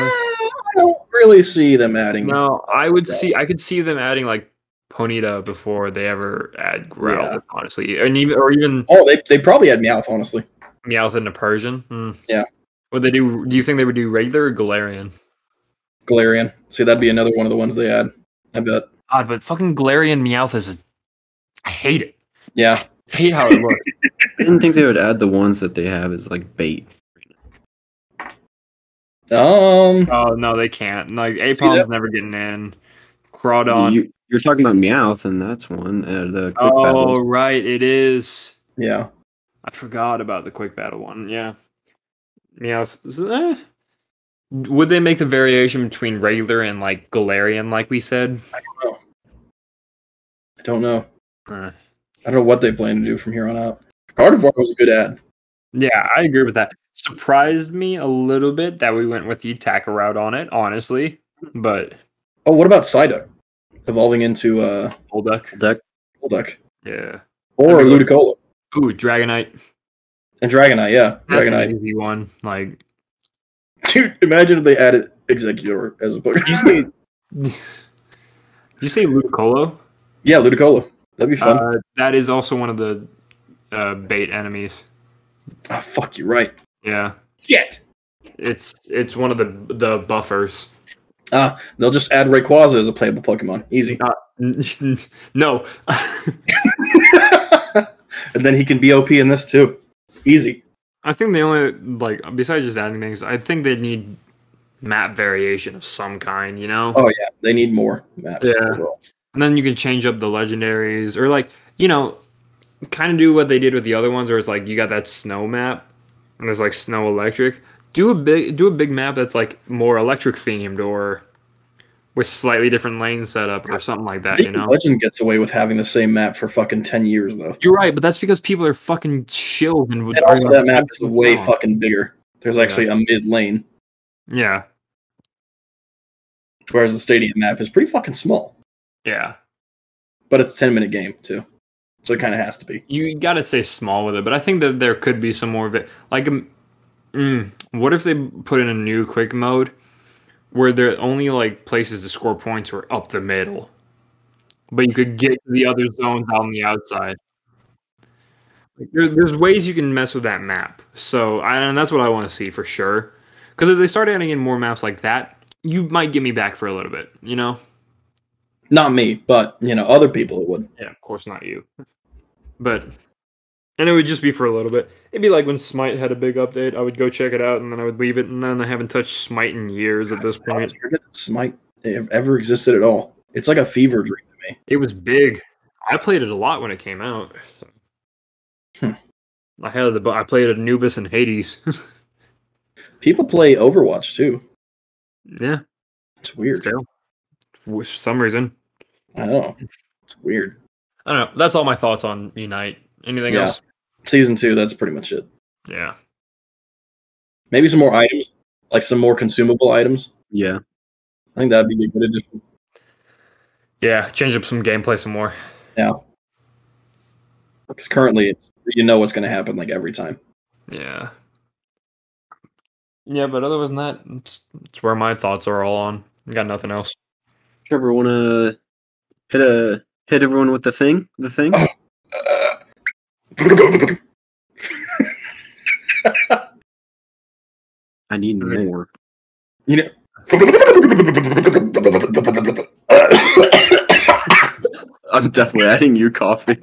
Speaker 2: Ah, don't really see them adding.
Speaker 3: No, I would see. I could see them adding like Ponita before they ever add Growl,
Speaker 2: Yeah.
Speaker 3: honestly, and even or even
Speaker 2: Oh, they, they probably had Meowth, honestly.
Speaker 3: Meowth into Persian. Hmm.
Speaker 2: Yeah.
Speaker 3: Would they do? Do you think they would do regular or Galarian?
Speaker 2: Galarian. See, that'd be another one of the ones they add. I bet.
Speaker 3: God, but fucking Galarian Meowth is a. I hate it.
Speaker 2: Yeah.
Speaker 3: I hate how it looks.
Speaker 4: I didn't think they would add the ones that they have as like bait.
Speaker 2: Um.
Speaker 3: oh no, they can't. Like
Speaker 2: that-
Speaker 3: Apom's never getting in. Crawdon.
Speaker 4: You, you're talking about Meowth, and that's one. Uh, the quick
Speaker 3: oh
Speaker 4: battles.
Speaker 3: right, it is.
Speaker 2: Yeah.
Speaker 3: I forgot about the quick battle one. Yeah. Meowth. is- eh. Would they make the variation between regular and like Galarian, like we said?
Speaker 2: I don't know.
Speaker 3: Eh.
Speaker 2: I don't know what they plan to do from here on out. Gardevoir was a good ad.
Speaker 3: Yeah, I agree with that. Surprised me a little bit that we went with the attacker route on it, honestly. But
Speaker 2: Oh, what about Psyduck evolving into uh
Speaker 3: Golduck.
Speaker 4: Duck.
Speaker 2: Golduck
Speaker 3: Yeah.
Speaker 2: or
Speaker 3: That'd be
Speaker 2: Ludicolo
Speaker 3: Ooh, Dragonite.
Speaker 2: and Dragonite? Yeah,
Speaker 3: That's
Speaker 2: Dragonite.
Speaker 3: an easy one. Like
Speaker 2: Dude, imagine if they added Executor as a Pokemon.
Speaker 3: Did you say Ludicolo?
Speaker 2: yeah, Ludicolo. That'd be fun.
Speaker 3: Uh, that is also one of the uh, bait enemies.
Speaker 2: Ah, fuck, you're right.
Speaker 3: Yeah,
Speaker 2: Shit.
Speaker 3: it's it's one of the the buffers.
Speaker 2: Ah, they'll just add Rayquaza as a playable Pokemon. Easy.
Speaker 3: no,
Speaker 2: and then he can be OP in this too. Easy.
Speaker 3: I think the only like besides just adding things, I think they need map variation of some kind. You know,
Speaker 2: Oh yeah, they need more maps.
Speaker 3: Yeah.
Speaker 2: overall.
Speaker 3: and then you can change up the legendaries or like you know, kind of do what they did with the other ones, where it's like you got that snow map and there's like snow electric. Do a big do a big map that's like more electric themed or with slightly different lane setup or something like
Speaker 2: I
Speaker 3: that.
Speaker 2: think
Speaker 3: You know,
Speaker 2: Legend gets away with having the same map for fucking ten years though.
Speaker 3: You're right, but that's because people are fucking chilled and would
Speaker 2: And also that map is way fucking bigger. There's
Speaker 3: Yeah.
Speaker 2: actually a mid lane,
Speaker 3: Yeah,
Speaker 2: whereas the stadium map is pretty fucking small.
Speaker 3: yeah.
Speaker 2: But it's a ten minute game too, so it kind of has to be.
Speaker 3: You got to say small with it, but I think that there could be some more of it. Like, um, mm, what if they put in a new quick mode where the only like places to score points were up the middle, but you could get to the other zones on the outside. Like, there, there's ways you can mess with that map. So, I, and that's what I want to see for sure. Because if they start adding in more maps like that, you might get me back for a little bit. You know.
Speaker 2: Not me, but you know other people it would.
Speaker 3: Yeah, of course not you. But and it would just be for a little bit. It'd be like when Smite had a big update. I would go check it out and then I would leave it and then I haven't touched Smite in years at this
Speaker 2: I
Speaker 3: point.
Speaker 2: forget that Smite ev- ever existed at all. It's like a fever dream to me.
Speaker 3: It was big. I played it a lot when it came out.
Speaker 2: Hmm.
Speaker 3: I had the bu- I played Anubis and Hades.
Speaker 2: People play Overwatch too.
Speaker 3: yeah,
Speaker 2: It's weird.
Speaker 3: still. For some reason.
Speaker 2: I know. It's weird.
Speaker 3: I don't know. That's all my thoughts on Unite. Anything
Speaker 2: Yeah.
Speaker 3: else?
Speaker 2: Season two, that's pretty much it.
Speaker 3: Yeah.
Speaker 2: Maybe some more items, like some more consumable items.
Speaker 4: Yeah.
Speaker 2: I think that'd be a good addition.
Speaker 3: Yeah, change up some gameplay some more.
Speaker 2: Because currently, it's, you know what's going to happen like every time.
Speaker 3: Yeah. Yeah, but other than that, it's, it's where my thoughts are all on. I got nothing else.
Speaker 4: Trevor, wanna hit a hit everyone with the thing? The thing?
Speaker 2: Oh.
Speaker 4: I need
Speaker 3: Okay.
Speaker 4: more.
Speaker 2: Oh. you know.
Speaker 4: I'm definitely adding you coffee.